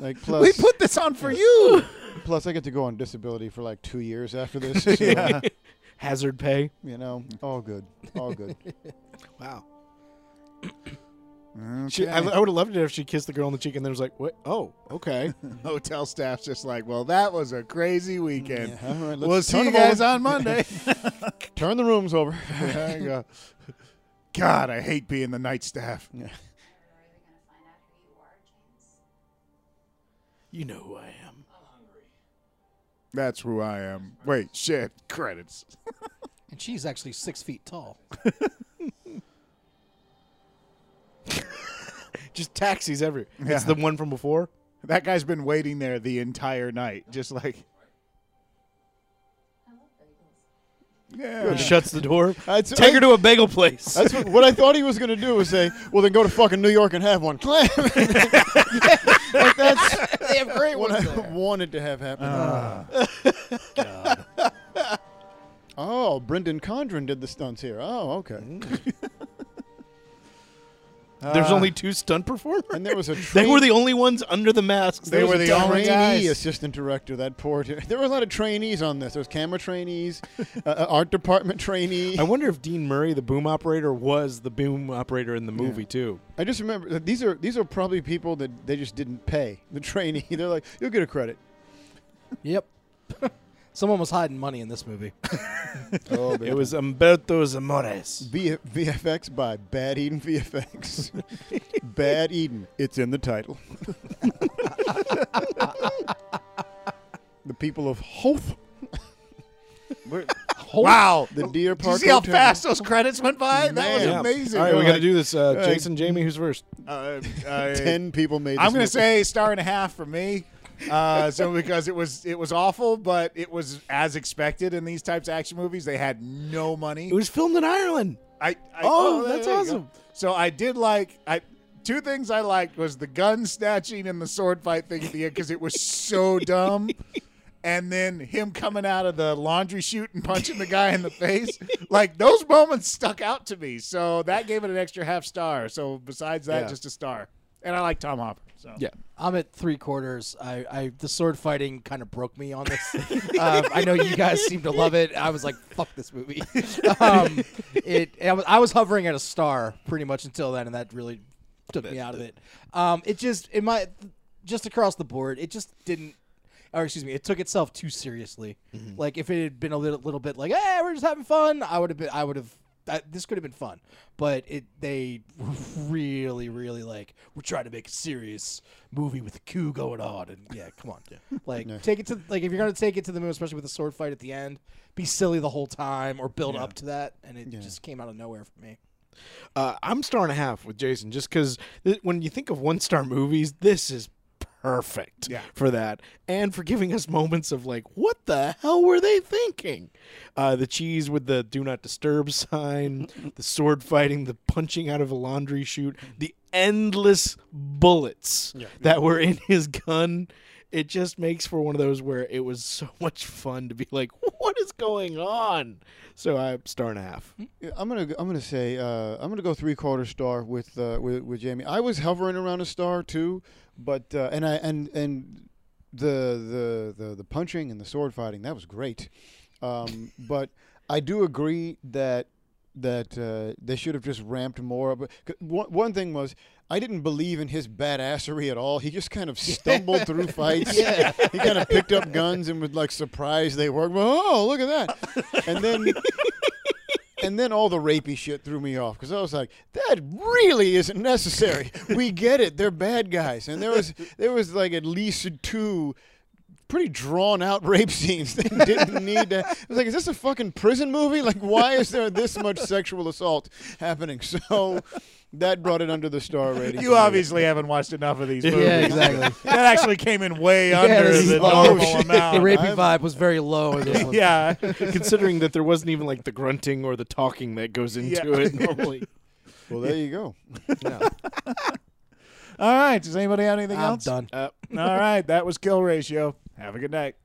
Like plus, We put this on for you. plus, I get to go on disability for like two years after this. so, Hazard pay. You know, all good, all good. Wow. She, I, I would have loved it if she kissed the girl on the cheek and then was like, "What? Oh, okay." Hotel staff's just like, well, that was a crazy weekend. Yeah, all right, let's we'll see turn you 'em over." guys on Monday. Turn the rooms over. There you go. God, I hate being the night staff. We're really gonna find out who you are, James. you know who I am. That's who I am. Wait, shit. Credits. And she's actually six feet tall. Just taxis every. Yeah. It's the one from before. That guy's been waiting there the entire night, just like, I love bagels. yeah. Shuts the door. That's- Take her to a bagel place. That's what, what I thought he was going to do was say, "Well, then go to fucking New York and have one." Clam. Like, that's they have great what ones I there. wanted to have happen. Ah. oh, Brendan Condren did the stunts here. Oh, okay. Mm. Uh, There's only two stunt performers. And there was a They train, were the only ones under the masks. They There were was a the time- only trainee guys. assistant director. That poor. dude. There were a lot of trainees on this. There was camera trainees, uh, uh, art department trainee. I wonder if Dean Murray, the boom operator, was the boom operator in the movie too. I just remember that these are these are probably people that they just didn't pay the trainee. They're like, you'll get a credit. Yep. Someone was hiding money in this movie. Oh, It was Umberto Zamores. B- VFX by Bad Eden VFX. Bad Eden. It's in the title. the people of Hoth, wow. the Deer Did you Park. see how Hotel. fast those credits went by? That was Man. amazing. All right, we We're got to like, do this. Uh, uh, Jason, Jamie, who's first? uh, uh, Ten people made. I'm this gonna movie. say star and a half for me. Uh, so because it was it was awful, but it was as expected in these types of action movies. They had no money. was filmed in Ireland. I, I Oh, there that's you go. awesome. So I did like I two things I liked was the gun snatching and the sword fight thing at the end because it was so dumb. And then him coming out of the laundry chute and punching the guy in the face. Like those moments stuck out to me. So that gave it an extra half star. So besides that, Yeah. just a star. And I like Tom Hopper. So Yeah. I'm at three quarters. I, I the sword fighting kind of broke me on this. um, I know you guys seem to love it. I was like, "Fuck this movie." Um, it I was, I was hovering at a star pretty much until then, and that really took me out of it. Um, it just in my just across the board, it just didn't. Or excuse me, it took itself too seriously. Mm-hmm. Like if it had been a little, little bit like, "Hey, we're just having fun," I would have been. I would have. That, this could have been fun, but it they really, really like we're trying to make a serious movie with a coup going on, and yeah, come on, like take it to like if you're gonna take it to the moon, especially with the sword fight at the end, be silly the whole time or build up to that, and it just came out of nowhere for me. Uh, I'm star and a half with Jason, just because th- when you think of one star movies, this is perfect Yeah. for that, and for giving us moments of like, what the hell were they thinking? Uh, the cheese with the "Do Not Disturb" sign, the sword fighting, the punching out of a laundry chute, the endless bullets that were in his gun. It just makes for one of those where it was so much fun to be like, what is going on? So I star and a half. Yeah, I'm gonna I'm gonna say uh, I'm gonna go three quarter star with, uh, with with Jamie. I was hovering around a star too, but uh, and I and and the, the the the punching and the sword fighting that was great, um, but I do agree that that uh, they should have just ramped more up. 'Cause One, one thing was I didn't believe in his badassery at all. He just kind of stumbled through fights. He kind of picked up guns and was like surprised they worked. Oh, look at that! And then and then all the rapey shit threw me off because I was like, that really isn't necessary. We get it; they're bad guys, and there was there was like at least two pretty drawn out rape scenes that didn't need to. I was like, is this a fucking prison movie? Like, why is there this much sexual assault happening? So that brought it under the star rating. You obviously haven't watched enough of these movies. exactly. That actually came in way under this the is- oh, normal shit. the amount. rapey I'm- vibe was very low in this one. Yeah. considering that there wasn't even like the grunting or the talking that goes into Yeah. it normally. Well, there you go. All right. Does anybody have anything I'm else? done. All right. That was Kill Ratio. Have a good night.